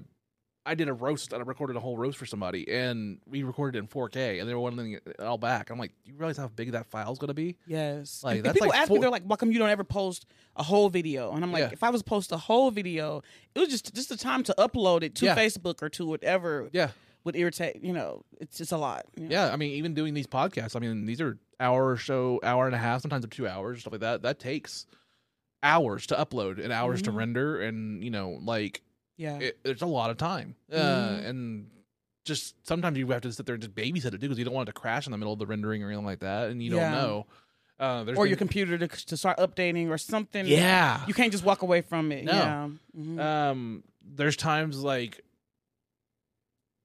I did a roast. I recorded a whole roast for somebody, and we recorded it in 4K, and they were wanting it all back. I'm like, do you realize how big that file's gonna be?
Yes.
Like,
Like,
that's
people
like
ask
four-
me, they're like, "Why come you don't ever post a whole video?" And I'm like,
Yeah.
"If I was post a whole video, it was just just the time to upload it to
Yeah.
Facebook or to whatever
Yeah,
would irritate. You know, it's just a lot. you know.
yeah. I mean, even doing these podcasts, I mean, these are hour or so, hour and a half, sometimes up to two hours, stuff like that. That takes hours to upload and hours to
Mhm.
render, and you know, like
yeah,
it, there's a lot of time, uh,
Mhm.
and just sometimes you have to sit there and just babysit it too because you don't want it to crash in the middle of the rendering or anything like that, and you don't
Yeah.
know. Uh, there's
or
been-
your computer to, to start updating or something.
yeah.
you can't just walk away from it.
No.
Yeah. Mhm.
um, there's times like,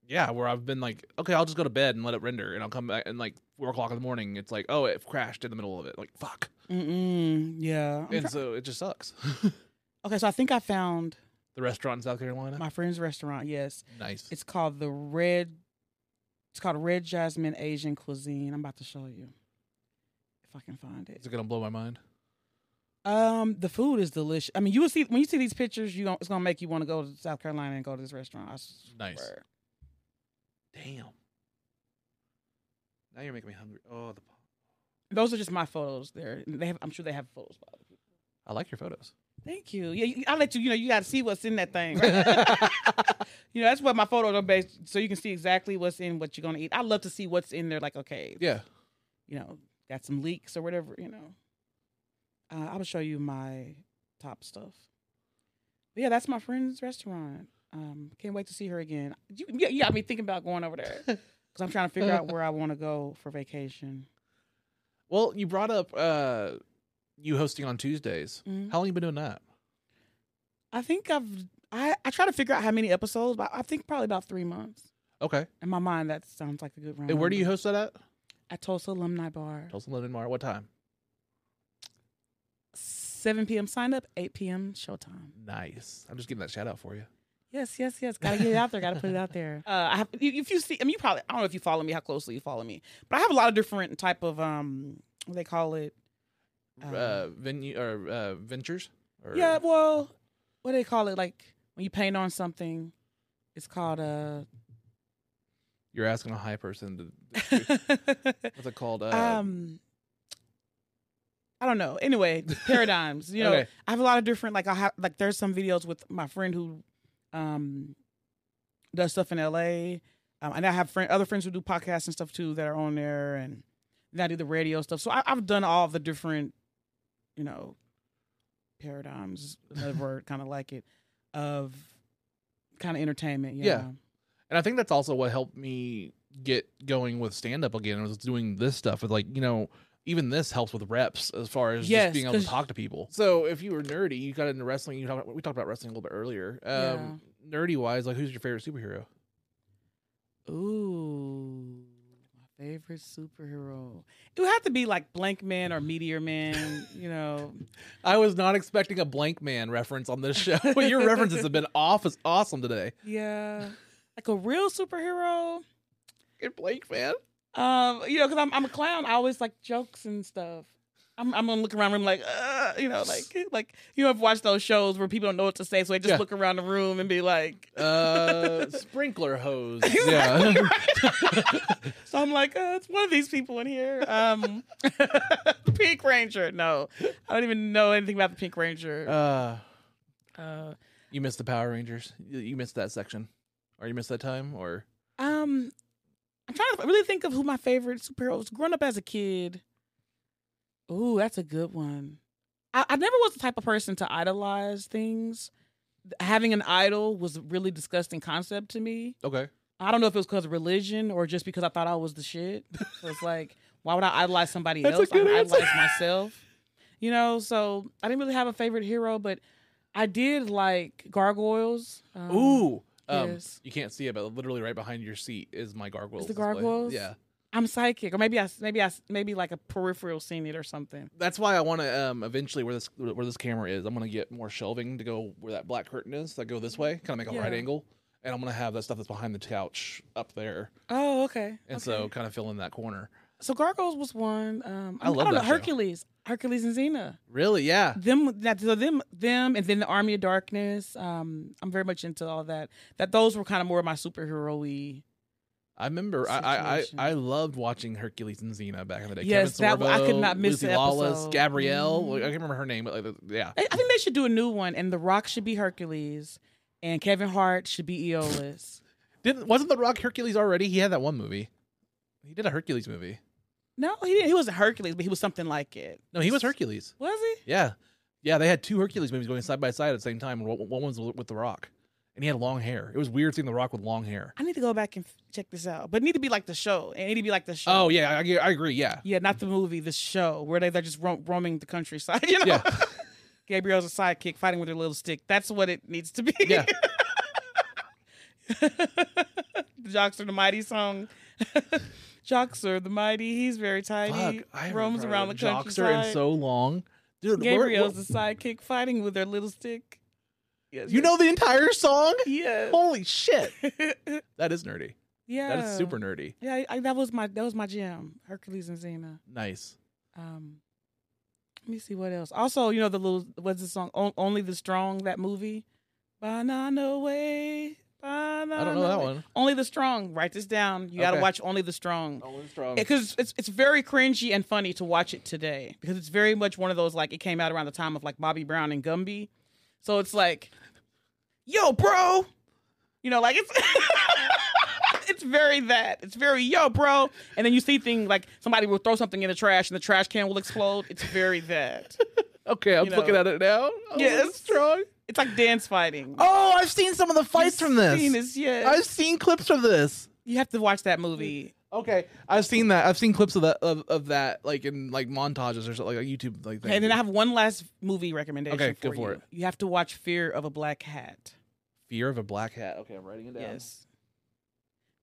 yeah, where I've been like, okay, I'll just go to bed and let it render, and I'll come back and like four o'clock in the morning, it's like, oh, it crashed in the middle of it, like fuck,
Mm-mm. yeah. I'm
and
try-
so it just sucks. [laughs]
okay, so I think I found
the restaurant in South Carolina,
my friend's restaurant. Yes,
nice.
it's called the Red. It's called Red Jasmine Asian Cuisine. I'm about to show you if I can find it.
Is it gonna blow my mind?
Um, the food is delicious. I mean, you will see when you see these pictures, you don't, it's gonna make you want to go to South Carolina and go to this restaurant. I swear.
Nice. Damn. Now you're making me hungry. Oh, the.
Those are just my photos. There, they have. I'm sure they have photos. by the way.
I like your photos.
Thank you. Yeah, you- I let you. You know, you got to see what's in that thing. right? [laughs] you know, that's what my photos are based, so you can see exactly what's in what you're gonna eat. I love to see what's in there. Like, okay,
Yeah.
you know, got some leaks or whatever, you know. Uh, I will show you my top stuff. But yeah, that's my friend's restaurant. Um, can't wait to see her again. You, yeah, yeah, I mean, thinking about going over there because I'm trying to figure out where I want to go for vacation.
Well, you brought up uh you hosting on Tuesdays.
Mhm.
How long you been doing that?
I think I've I, I try to figure out how many episodes, but I think probably about three months.
Okay.
In my mind, that sounds like a good round.
And where do you host that at?
At Tulsa Alumni Bar,
Tulsa London Mar. What time?
7 p.m. sign up, 8 p.m. showtime.
Nice. I'm just getting that shout out for you.
Yes, yes, yes. Gotta get it out there. Gotta put it out there. [laughs] Uh, I have, if if you see, I mean, you probably, I don't know if you follow me, how closely you follow me, but I have a lot of different type of, um, what they call it. um,
Uh, venue or uh, ventures? Or,
Yeah, well, what do they call it? Like when you paint on something, it's called uh, a.
You're asking a high person
[laughs]
to what's it called? Uh,
um, I don't know.
[laughs]
Anyway, paradigms. You know,
Okay.
I have a lot of different. Like I have, like there's some videos with my friend who, um, does stuff in L.A. Um, and I have friend other friends who do podcasts and stuff too that are on there, and then I do the radio stuff. So I, I've done all the different, you know, paradigms.
[laughs]
Another word, kind of like it, of kind of entertainment. you
Yeah.
know.
and I think that's also what helped me get going with stand up again was doing this stuff with like, you know, even this helps with reps as far as just
Yes,
being able to
'cause-
talk to people. So if you were nerdy, you got into wrestling, you talked about, we talked about wrestling a little bit earlier. Um nerdy wise, like who's your favorite superhero?
Ooh, my favorite superhero. It would have to be like Blank Man or Meteor Man, you know.
I was not expecting a blank man reference on this show, [laughs] but your references have been off as awesome today.
Yeah. Like a real superhero.
You're blank man.
Um, you know, because I'm I'm a clown. I always like jokes and stuff. I'm I'm gonna look around the room like, uh, you know, like [laughs] like you know, I've watched those shows where people don't know what to say, so they just
Yeah.
look around the room and be like.
Uh, sprinkler hose. [laughs] Yeah.
So I'm like, uh, it's one of these people in here. Um, [laughs] Pink Ranger. No, I don't even know anything about the Pink Ranger.
Uh,
Uh,
you missed the Power Rangers. You- You missed that section, or you missed that time, or
Um, I'm trying to really think of who my favorite superhero was. Growing up as a kid, ooh, that's a good one. I, I never was the type of person to idolize things. Having an idol was a really disgusting concept to me.
okay.
I don't know if it was because of religion or just because I thought I was the shit. [laughs] So it's like, why would I idolize somebody
That's a
else? I
good answer.
idolize myself. You know, so I didn't really have a favorite hero, but I did like gargoyles. Um,
Ooh, Um,
Yes.
You can't see it, but literally right behind your seat is my gargoyles.
the
display.
gargoyles?
Yeah.
I'm psychic, or maybe I, maybe I, maybe like a peripheral seen it or something.
That's why I want to um, eventually where this where this camera is. I'm gonna get more shelving to go where that black curtain is. So I go this way, kind of make a
Yeah.
right angle, and I'm gonna have that stuff that's behind the couch up there,
Oh, okay.
and so kind of fill in that corner.
so Gargoyles was one. Um, I,
love
don't
that
know,
show.
Hercules, Hercules and Xena.
Really? Yeah.
Them, that, so them, them, and then the Army of Darkness. Um, I'm very much into all that. That those were kind of more of my superhero-y.
I remember I, I I
Situation.
I loved watching Hercules and Xena back in the day.
Yes,
Kevin
that- I could
Sorbo,
not miss
Lucy
the
Lawless,
episode.
Gabrielle. I can't remember her name, but like, yeah.
I, I think they should do a new one, and The Rock should be Hercules, and Kevin Hart should be Aeolus.
Didn't wasn't The Rock Hercules already? He had that one movie. He did a Hercules movie.
no, he didn't. He wasn't Hercules, but he was something like it.
No, he was Hercules.
Was he?
Yeah, yeah. They had two Hercules movies going side by side at the same time. and One one was with The Rock, and he had long hair. It was weird seeing The Rock with long hair.
I need to go back and f- check this out. But it need to be like the show. It need to be like the show.
Oh yeah, I, I
[laughs]
agree. Yeah,
Yeah, not the movie, the show where they, they're just ro- roaming the countryside. [laughs] You know,
yeah,
Gabriel's a sidekick fighting with her little stick. That's what it needs to be.
yeah.
[laughs] the Jocks are the mighty song. [laughs] Jocks are the mighty. He's very tiny.
Fuck, I haven't
roams
thought
around the
of Jockster
countryside.
in so long, dude. we're-
Gabriel's
we're-
the sidekick fighting with her little stick. Yes,
you know the entire song.
[laughs] yes.
Holy shit, that is nerdy.
yeah,
That is super nerdy.
Yeah, I, I, that was my that was my jam. Hercules and Xena.
Nice.
Um, let me see what else. Also, you know the little what's the song? On- Only the strong. That movie. Banana way. Banana
I don't know that
Way.
one.
Only the strong. Write this down. You got to
Okay.
watch Only the Oh, strong
Owen Strong.
because it's it's very cringy and funny to watch it today because it's very much one of those like it came out around the time of like Bobby Brown and Gumby, so it's like, yo, bro, you know, like [laughs] it's it's very that it's very yo, bro, and then you see things like somebody will throw something in the trash and the trash can will explode. It's very that.
Okay, I'm
you
looking
know.
at it now. Owen
Yes.
Strong.
It's like dance fighting.
Oh, I've seen some of the fights from this.
Venus, yes.
I've seen clips from this.
you have to watch that movie.
Okay, I've seen that. I've seen clips of that of, of that like in like montages or something like a YouTube like. Thing.
And then I have one last movie recommendation.
Okay,
for
go for
you.
it.
You have to watch Fear of a Black Hat.
Fear of a Black Hat. Okay, I'm writing it down.
Yes.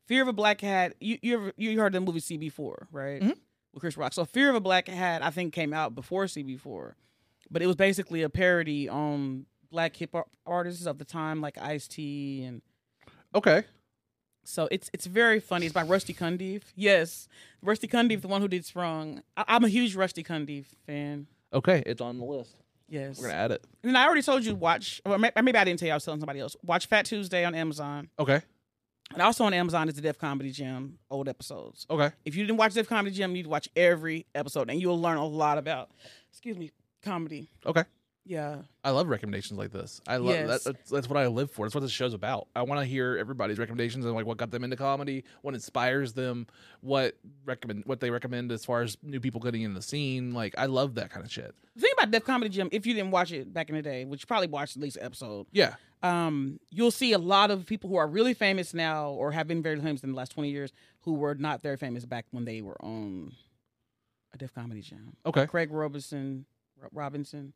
Fear of a Black Hat. You you ever, you heard the movie CB4, right?
Mm-hmm.
With Chris Rock. So Fear of a Black Hat, I think, came out before CB4, but it was basically a parody on black hip hop artists of the time, like Ice T, and
Okay.
so it's it's very funny. It's by Rusty Cundiff. Yes, Rusty Cundiff, the one who did Sprung. I, I'm a huge Rusty Cundiff fan.
Okay, it's on the list.
Yes,
We're gonna add it.
and then I already told you watch. Or may- maybe I didn't tell you. I was telling somebody else. Watch Fat Tuesday on Amazon,
Okay.
and also on Amazon is the Def Comedy Jam old episodes.
Okay.
If you didn't watch Def Comedy Jam, you need to watch every episode, and you'll learn a lot about, excuse me, comedy.
Okay.
Yeah,
I love recommendations like this. I love
Yes.
that, that's, that's what I live for. That's what this show's about. I want to hear everybody's recommendations and like what got them into comedy, what inspires them, what recommend what they recommend as far as new people getting in the scene. Like I love that kind of shit.
the thing about Def Comedy Jam, if you didn't watch it back in the day, which you probably watched at least an episode,
Yeah.
um, you'll see a lot of people who are really famous now or have been very famous in the last twenty years who were not very famous back when they were on a Def Comedy Jam. Uh,
Okay.
Craig Robinson, Ro- Robinson,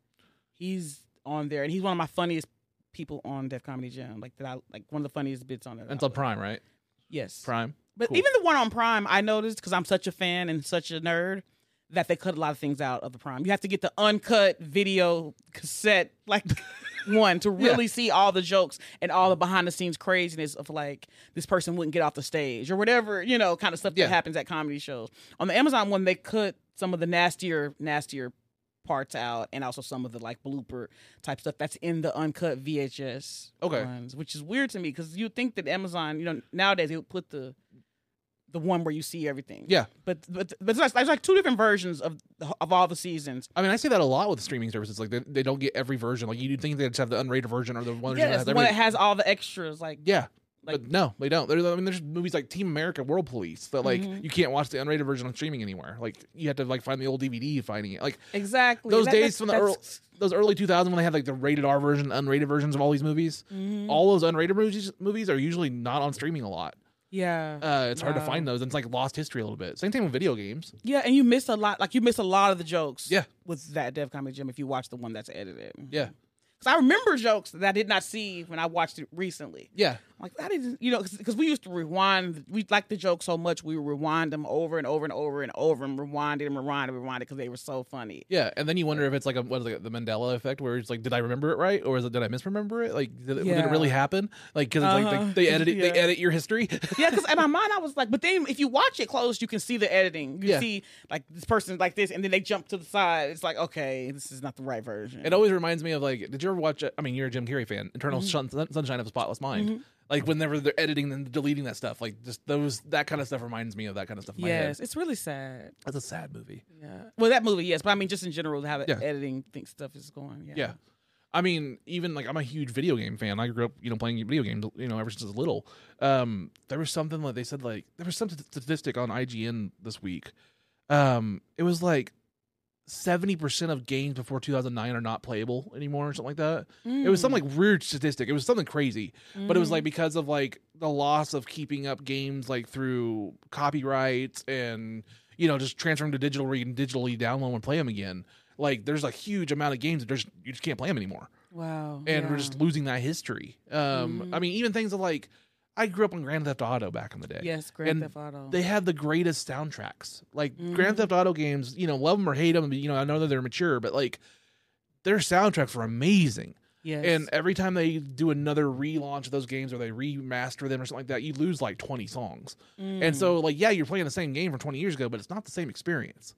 he's on there, and he's one of my funniest people on Def Comedy Jam. Like that, I like one of the funniest bits on it.
And it's on Prime, right?
yes,
Prime.
But
Cool.
even the one on Prime, I noticed because I'm such a fan and such a nerd that they cut a lot of things out of the Prime. You have to get the uncut video cassette like [laughs] one to really see all the jokes and all the behind the scenes craziness of like this person wouldn't get off the stage or whatever you know kind of stuff
Yeah.
that happens at comedy shows. On the Amazon one, they cut some of the nastier, nastier parts out and also some of the like blooper type stuff that's in the uncut VHS
Okay.
ones, which is weird to me because you think that Amazon, you know, nowadays it would put the the one where you see everything.
Yeah.
But but but it's like, there's like two different versions of the- of all the seasons.
I mean, I see that a lot with streaming services. Like they, they don't get every version. Like you'd think they just have the unrated version or the one that
Yes,
has
the one
everything.
that has all the extras. Like
yeah.
like-
but no, they don't. There, I mean, there's movies like Team America, World Police that like
Mm-hmm.
you can't watch the unrated version on streaming anywhere. Like you have to like find the old DVD finding it. Like
exactly
those
That- that's-
days from the early,
that's-
those early 2000s when they had like the rated R version, unrated versions of all these movies.
Mm-hmm.
All those unrated movies movies are usually not on streaming a lot.
Yeah.
Uh, it's hard to
Wow.
find those. And it's like lost history a little bit. Same thing with video games.
yeah, and you miss a lot. Like you miss a lot of the jokes.
Yeah.
With that Dev Comedy Jam, if you watch the one that's edited.
Yeah.
Because I remember jokes that I did not see when I watched it recently.
Yeah.
Like that is, you know, because we used to rewind. We liked the joke so much we would rewind them over and over and over and over and rewind it and rewind it and rewind it because they were so funny.
Yeah, and then you wonder if it's like a, what is it, the Mandela effect, where it's like, did I remember it right, or is it did I misremember it? Like, did it, did
Yeah.
it really happen? Like, because like
Uh-huh. [laughs]
they, they edit it, they
Yeah.
edit your history. [laughs]
Yeah, because in my mind I was like, but then if you watch it close, you can see the editing. You
Yeah.
see like this person like this, and then they jump to the side. It's like, okay, this is not the right version.
it always reminds me of like, did you ever watch? I mean, you're a Jim Carrey fan. Internal
Mm-hmm.
Sun- Sunshine of a Spotless Mind. Like whenever they're editing and deleting that stuff, like just those that kind of stuff reminds me of that kind of stuff. In my head.
yes, it's really sad.
that's a sad movie.
Yeah. Well, that movie, yes, but I mean just in general how the
Yeah.
editing thing stuff is going. Yeah.
Yeah. I mean, even like I'm a huge video game fan. I grew up, you know, playing video games, you know, ever since I was little. Um, there was something like they said, like there was some t- statistic on IGN this week. Um, it was like seventy percent of games before 2009 are not playable anymore, or something like that. It was some like weird statistic. It was something crazy, but it was
Mm-hmm.
like because of like the loss of keeping up games like through copyrights and you know just transferring to digital where you can digitally download and play them again. Like there's a huge amount of games that there's you just can't play them anymore,
Wow.
and we're
yeah. Mm-hmm.
just losing that history. Um, I mean, even things of like I grew up on Grand Theft Auto back in the day.
yes, Grand
and
Theft Auto.
They have the greatest soundtracks. Like
Mm-hmm.
Grand Theft Auto games, you know, love them or hate them. You know, I know that they're mature, but like their soundtracks are amazing.
yes.
And every time they do another relaunch of those games or they remaster them or something like that, you lose like 20 songs. And so,
Mm.
like, yeah, you're playing the same game from 20 years ago, but it's not the same experience.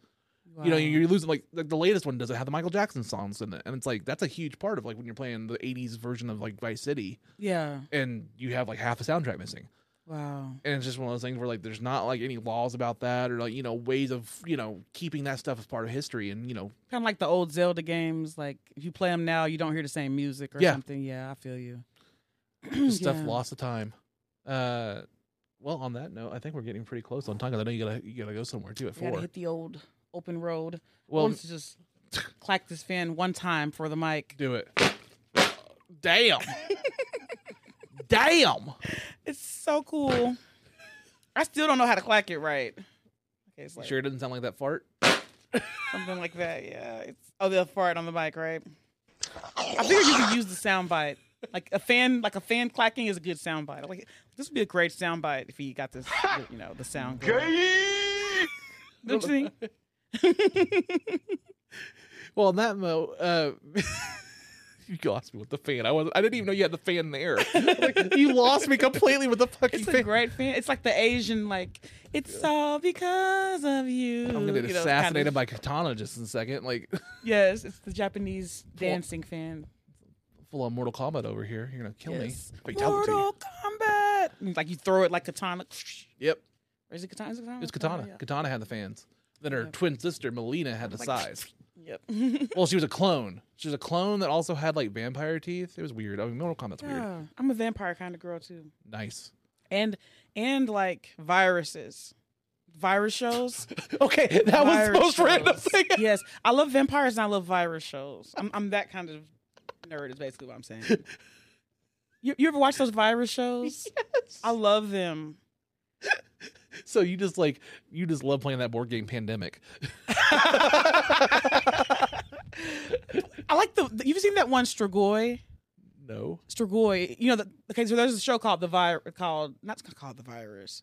You know,
Wow.
you're losing like, like the latest one doesn't have the Michael Jackson songs in it. And it's like, that's a huge part of like when you're playing the 80s version of like Vice City
yeah.
and you have like half the soundtrack missing
Wow.
and it's just one of those things where like there's not like any laws about that or like you know ways of you know keeping that stuff as part of history and you know
[clears throat] Kind of like the old Zelda games. Like if you play them now, you don't hear the same music or
Yeah.
something. Yeah, I feel you.
just stuff
Yeah.
lost to time uh well on that note i think we're getting pretty close on time 'cause i know you gotta you gotta go somewhere too at
Gotta
four
hit the old open road.
Well-
Well, to just [laughs] clack this fan one time for the mic.
do it
[laughs]
damn damn
It's so cool. [laughs] I still don't know how to clack it right. Okay, it's like
sure it doesn't sound like that fart
something like that. Yeah. It's, oh, they'll fart on the mic, right? I figured you could use the sound bite. Like a fan, like a fan clacking is a good sound bite. Like this would be a great sound bite if he got this, [laughs] you know, the sound. Good. Don't you think?
well on that note uh [laughs] You lost me with the fan. I was I didn't even know you had the fan [laughs] there. Like, you lost me completely with the fucking
It's
fan.
a great fan. It's like the Asian, like it's all because of you.
I'm gonna get
you know,
assassinated
kind
by katana just in a second. Like [laughs]
of- yes, it's the Japanese dancing fan.
full on Mortal Kombat over here. You're gonna kill
Yes.
me. Fatality.
Mortal Kombat. And, Like you throw it like katana.
Yep,
Or is it katana? Is it katana?
it's katana.
Oh, Yeah.
Katana had the fans. Then her twin sister Melina had the size.
[laughs] Yep.
[laughs] Well, she was
[laughs]
a clone. She was a clone that also had like vampire teeth. It was weird. I mean, Mortal Kombat's weird.
Yeah. I'm a vampire kind of girl too.
Nice. [laughs]
And and like viruses. Virus [laughs] shows.
Okay, that was the
Virus
most random
shows. [laughs]
thing.
yes. I love vampires and I love virus shows. I'm I'm that kind of nerd is basically what I'm [laughs] saying. You, you ever watch those virus shows? [laughs] Yes. I love them.
So you just like you just love playing that board game Pandemic.
I like the, the- you've seen that one Strigoi?
No.
Strigoi, you know, the, okay, so there's a show called the virus called not called the virus.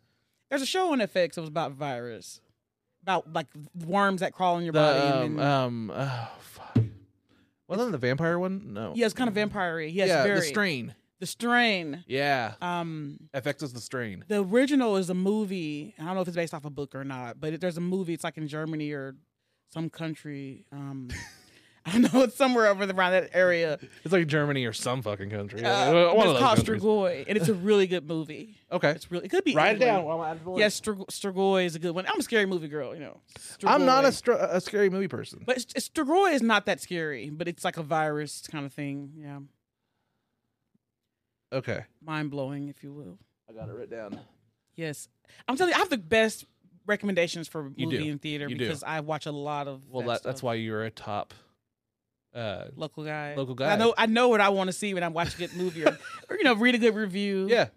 There's a show on FX that was about virus. About like worms that crawl in your
The
body
um,
and then-
um oh fuck. Wasn't it the vampire one? No.
Yeah, it's kind of vampire Yes,
yeah,
very.
the strain.
The strain.
Yeah.
Um,
FX is the strain.
the original is a movie. and I don't know if it's based off a book or not, but it, there's a movie. It's like in Germany or some country. Um, [laughs] I don't know. It's somewhere over the, around that area.
It's like Germany or some fucking country.
Uh,
One of
it's
those
called
countries.
Strigoi, and it's a really good movie.
Okay.
It's really. It could be.
Write it
England.
down while I'm at the list.
Yes, Strig- Strigoi is a good one. I'm a scary movie girl. You know.
I'm not a,
Strigoi.
str- a scary movie person.
But it's- it's- Strigoi is not that scary, but it's like a virus kind of thing. Yeah,
Okay.
mind blowing, if you will.
I got it written down.
Yes. I'm telling you, I have the best recommendations for
You
movie
do.
and theater
You do.
because I watch a lot of
Well,
that
that, that's
stuff.
why you're a top. Uh,
local guy.
Local
I
guy.
know I know what I want to see when I watch a good movie or, [laughs] or you know, read a good review.
yeah.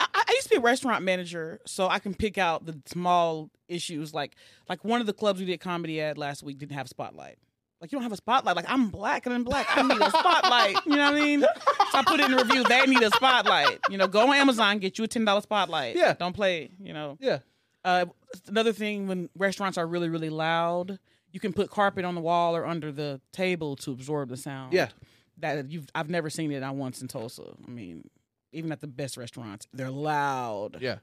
I, I I used to be a restaurant manager, so I can pick out the small issues like like one of the clubs we did comedy at last week didn't have spotlight. Like you don't have a spotlight. Like I'm black and I'm black. I need a spotlight. you know what I mean? So I put it in a review. They need a spotlight. You know, go on Amazon, get you a ten dollar spotlight.
Yeah.
Don't play. You know.
Yeah.
Uh, another thing when restaurants are really really loud, you can put carpet on the wall or under the table to absorb the sound.
Yeah.
That you've I've never seen it on once in Tulsa. I mean, even at the best restaurants, they're loud.
Yeah.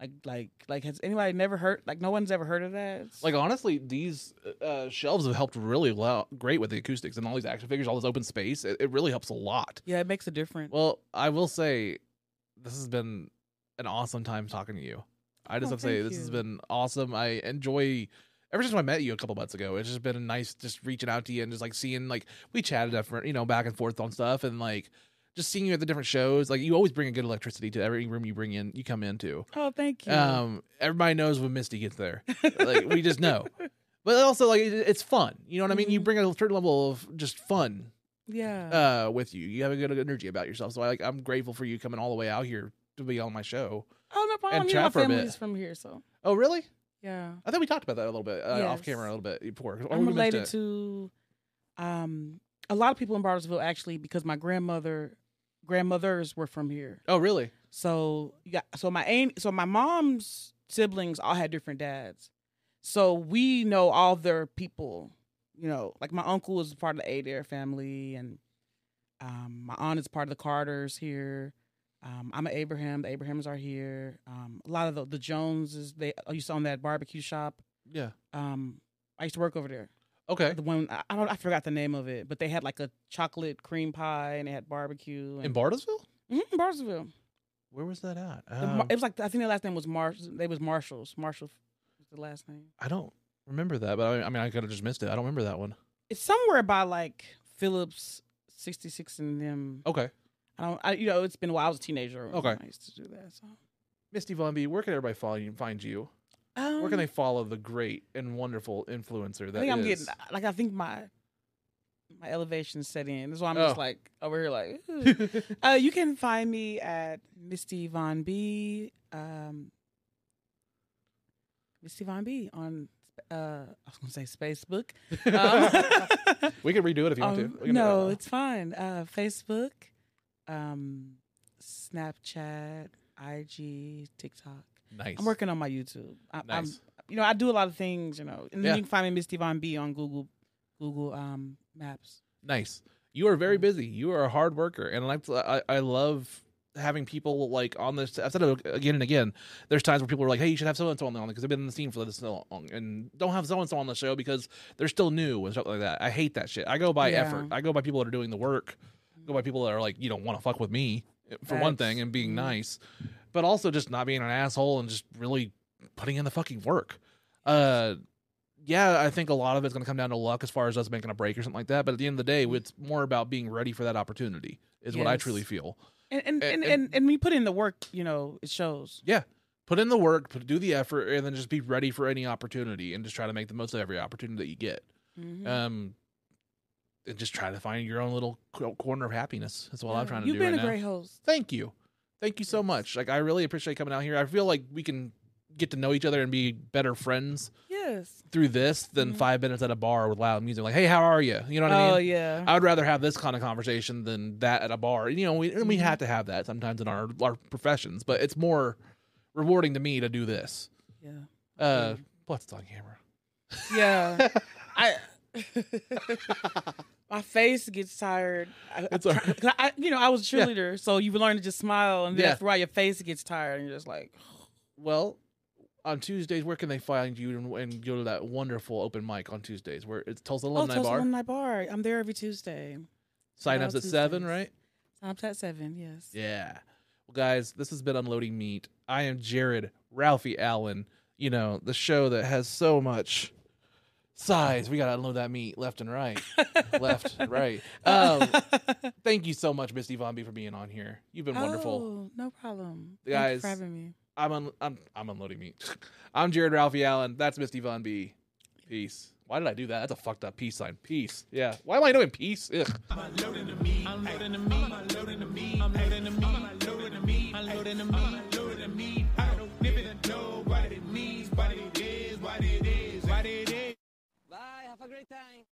Like like like has anybody never heard like no one's ever heard of that? It's-
Like honestly, these uh, shelves have helped really well, great with the acoustics and all these action figures, all this open space. It, it really helps a lot.
yeah, it makes a difference.
Well, I will say, this has been an awesome time talking to you. I just
Oh,
have to say,
thank
this has
you.
been awesome. I enjoy. Ever since I met you a couple months ago, it's just been nice just reaching out to you and just like seeing like we chatted different, you know, back and forth on stuff and like just seeing you at the different shows. Like you always bring a good electricity to every room you bring in, you come into.
oh, thank you.
Um, everybody knows when Misty
[laughs]
gets there. like we just know. But also like it, it's fun. You know what I
Mm-hmm.
mean? You bring a certain level of just fun
yeah.
uh with you. You have a good energy about yourself. So I like I'm grateful for you coming all the way out here to be on my show.
Oh no problem.
and
You know, my
chat for a bit.
family's from here, so
Oh really?
yeah.
I thought we talked about that a little bit uh, off
Yes.
camera a little bit before. Or
I'm
we missed
related
it.
to um a lot of people in Bartlesville actually because my grandmother grandmothers were from here.
Oh really?
So you got so my aunt so my mom's siblings all had different dads. So we know all their people, you know, like my uncle was part of the Adair family and um my aunt is part of the Carters here. Um, I'm an Abraham. The Abrahams are here. Um, a lot of the, the Joneses. They I used to own that barbecue shop.
Yeah.
Um, I used to work over there
Okay.
the one I I don't I forgot the name of it, but they had like a chocolate cream pie and they had barbecue
In
and
Bartlesville?
Mhm, Bartlesville.
Where was that at?
The Mar-
Um,
it was like I think their last name was Marsh. They was Marshalls. Marshall was the last name.
I don't remember that, but I, I mean I could have just missed it. I don't remember that one.
It's somewhere by like Phillips sixty six and them.
Okay.
I don't. I, you know, it's been a while. I was a teenager. when
Okay.
I used to do that. So.
Misty Von B, where can everybody follow you, find you?
Um,
Where can they follow the great and wonderful influencer
I
that
think I'm
is-
getting like I think my my elevation set in. That's why I'm
Oh.
just like over here
[laughs]
like. "Ugh." uh, you can find me at Misty Von B. Um, Misty Von B. on uh, I was gonna say Facebook. [laughs]
[laughs]
Um, [laughs]
we can redo it if you want
um,
to. We can do
no,
that.
it's fine. Uh, Facebook, um, Snapchat, IG, TikTok.
nice.
I'm working on my YouTube. I,
Nice.
I'm, you know, I do a lot of things. You know, and then
Yeah.
you can find me Miss Devon B on Google, Google um, Maps.
Nice. You are very busy. You are a hard worker, and I like to- I, I love having people like on this. I've said it again and again. There's times where people are like, "Hey, you should have so and so on the because they've been in the scene for this so long, and don't have so and so on the show because they're still new and stuff like that." I hate that shit. I go by
Yeah.
effort. I go by people that are doing the work. I go by people that are like, you don't want to fuck with me eh, for one
Facts. Mm-hmm.
thing, and being nice, but also just not being an asshole and just really putting in the fucking work. Uh, yeah, I think a lot of it's going to come down to luck as far as us making a break or something like that. But at the end of the day, it's more about being ready for that opportunity, is what I
Yes.
truly feel.
And and and,
And-
and, and, when you put in the work, you know, it shows.
Yeah. Put in the work, put, do the effort, and then just be ready for any opportunity and just try to make the most of every opportunity that you get.
Mm-hmm.
Um, and just try to find your own little co- corner of happiness. That's all I'm trying to
You've
do
been
right
a
now.
great host.
Thank you. Thank you so much. Like, I really appreciate coming out here. I feel like we can get to know each other and be better friends
Yes.
through this than five minutes at a bar with loud music. Like, hey, how are you? You know what I mean?
Mm-hmm. Oh yeah.
I would rather have this kind of conversation than that at a bar. You know, we and
Mm-hmm.
we have to have that sometimes in our our professions, but it's more rewarding to me to do this.
yeah. Mm-hmm.
Uh, plus it's on camera. [laughs]
Yeah. I. [laughs] My face gets tired. I, [laughs]
It's
I,
all right.
'cause I, you know, I was a
Yeah.
cheerleader, so you learn to just smile, and then
Yeah.
after a while, your face gets tired, and you're just like,
Well, on Tuesdays, where can they find you and, and go to that wonderful open mic on Tuesdays where it's Tulsa
"Oh,
Alumni
Tulsa
Bar.
Alumni Bar. I'm there every Tuesday.
Sign
Shout
ups
out
at seven,
Tuesdays.
right?
Times at seven. Yes.
Yeah. Well, guys, this has been Unloading Meat. I am Jared Ralphie Allen. You know, the show that has so much size. We got to unload that meat left and right. left, right. Um, thank you so much, Misty Von B, for being on here. You've been wonderful.
Oh, no problem.
You
Thank you for
guys-
having me.
I'm, un- I'm, I'm unloading meat. I'm Jared Ralphie Allen. That's Misty Von B. Peace. Why did I do that? That's a fucked up peace sign. Peace. Yeah. Why am I doing peace? Ugh.
I'm loading the meat. I'm loading the meat. I'm loading the meat. I'm loading the meat. I'm loading the meat. I'm loading the meat. I'm loading the meat. I don't even know what it means, what it is, what it is, what it is.
Bye, have a great time.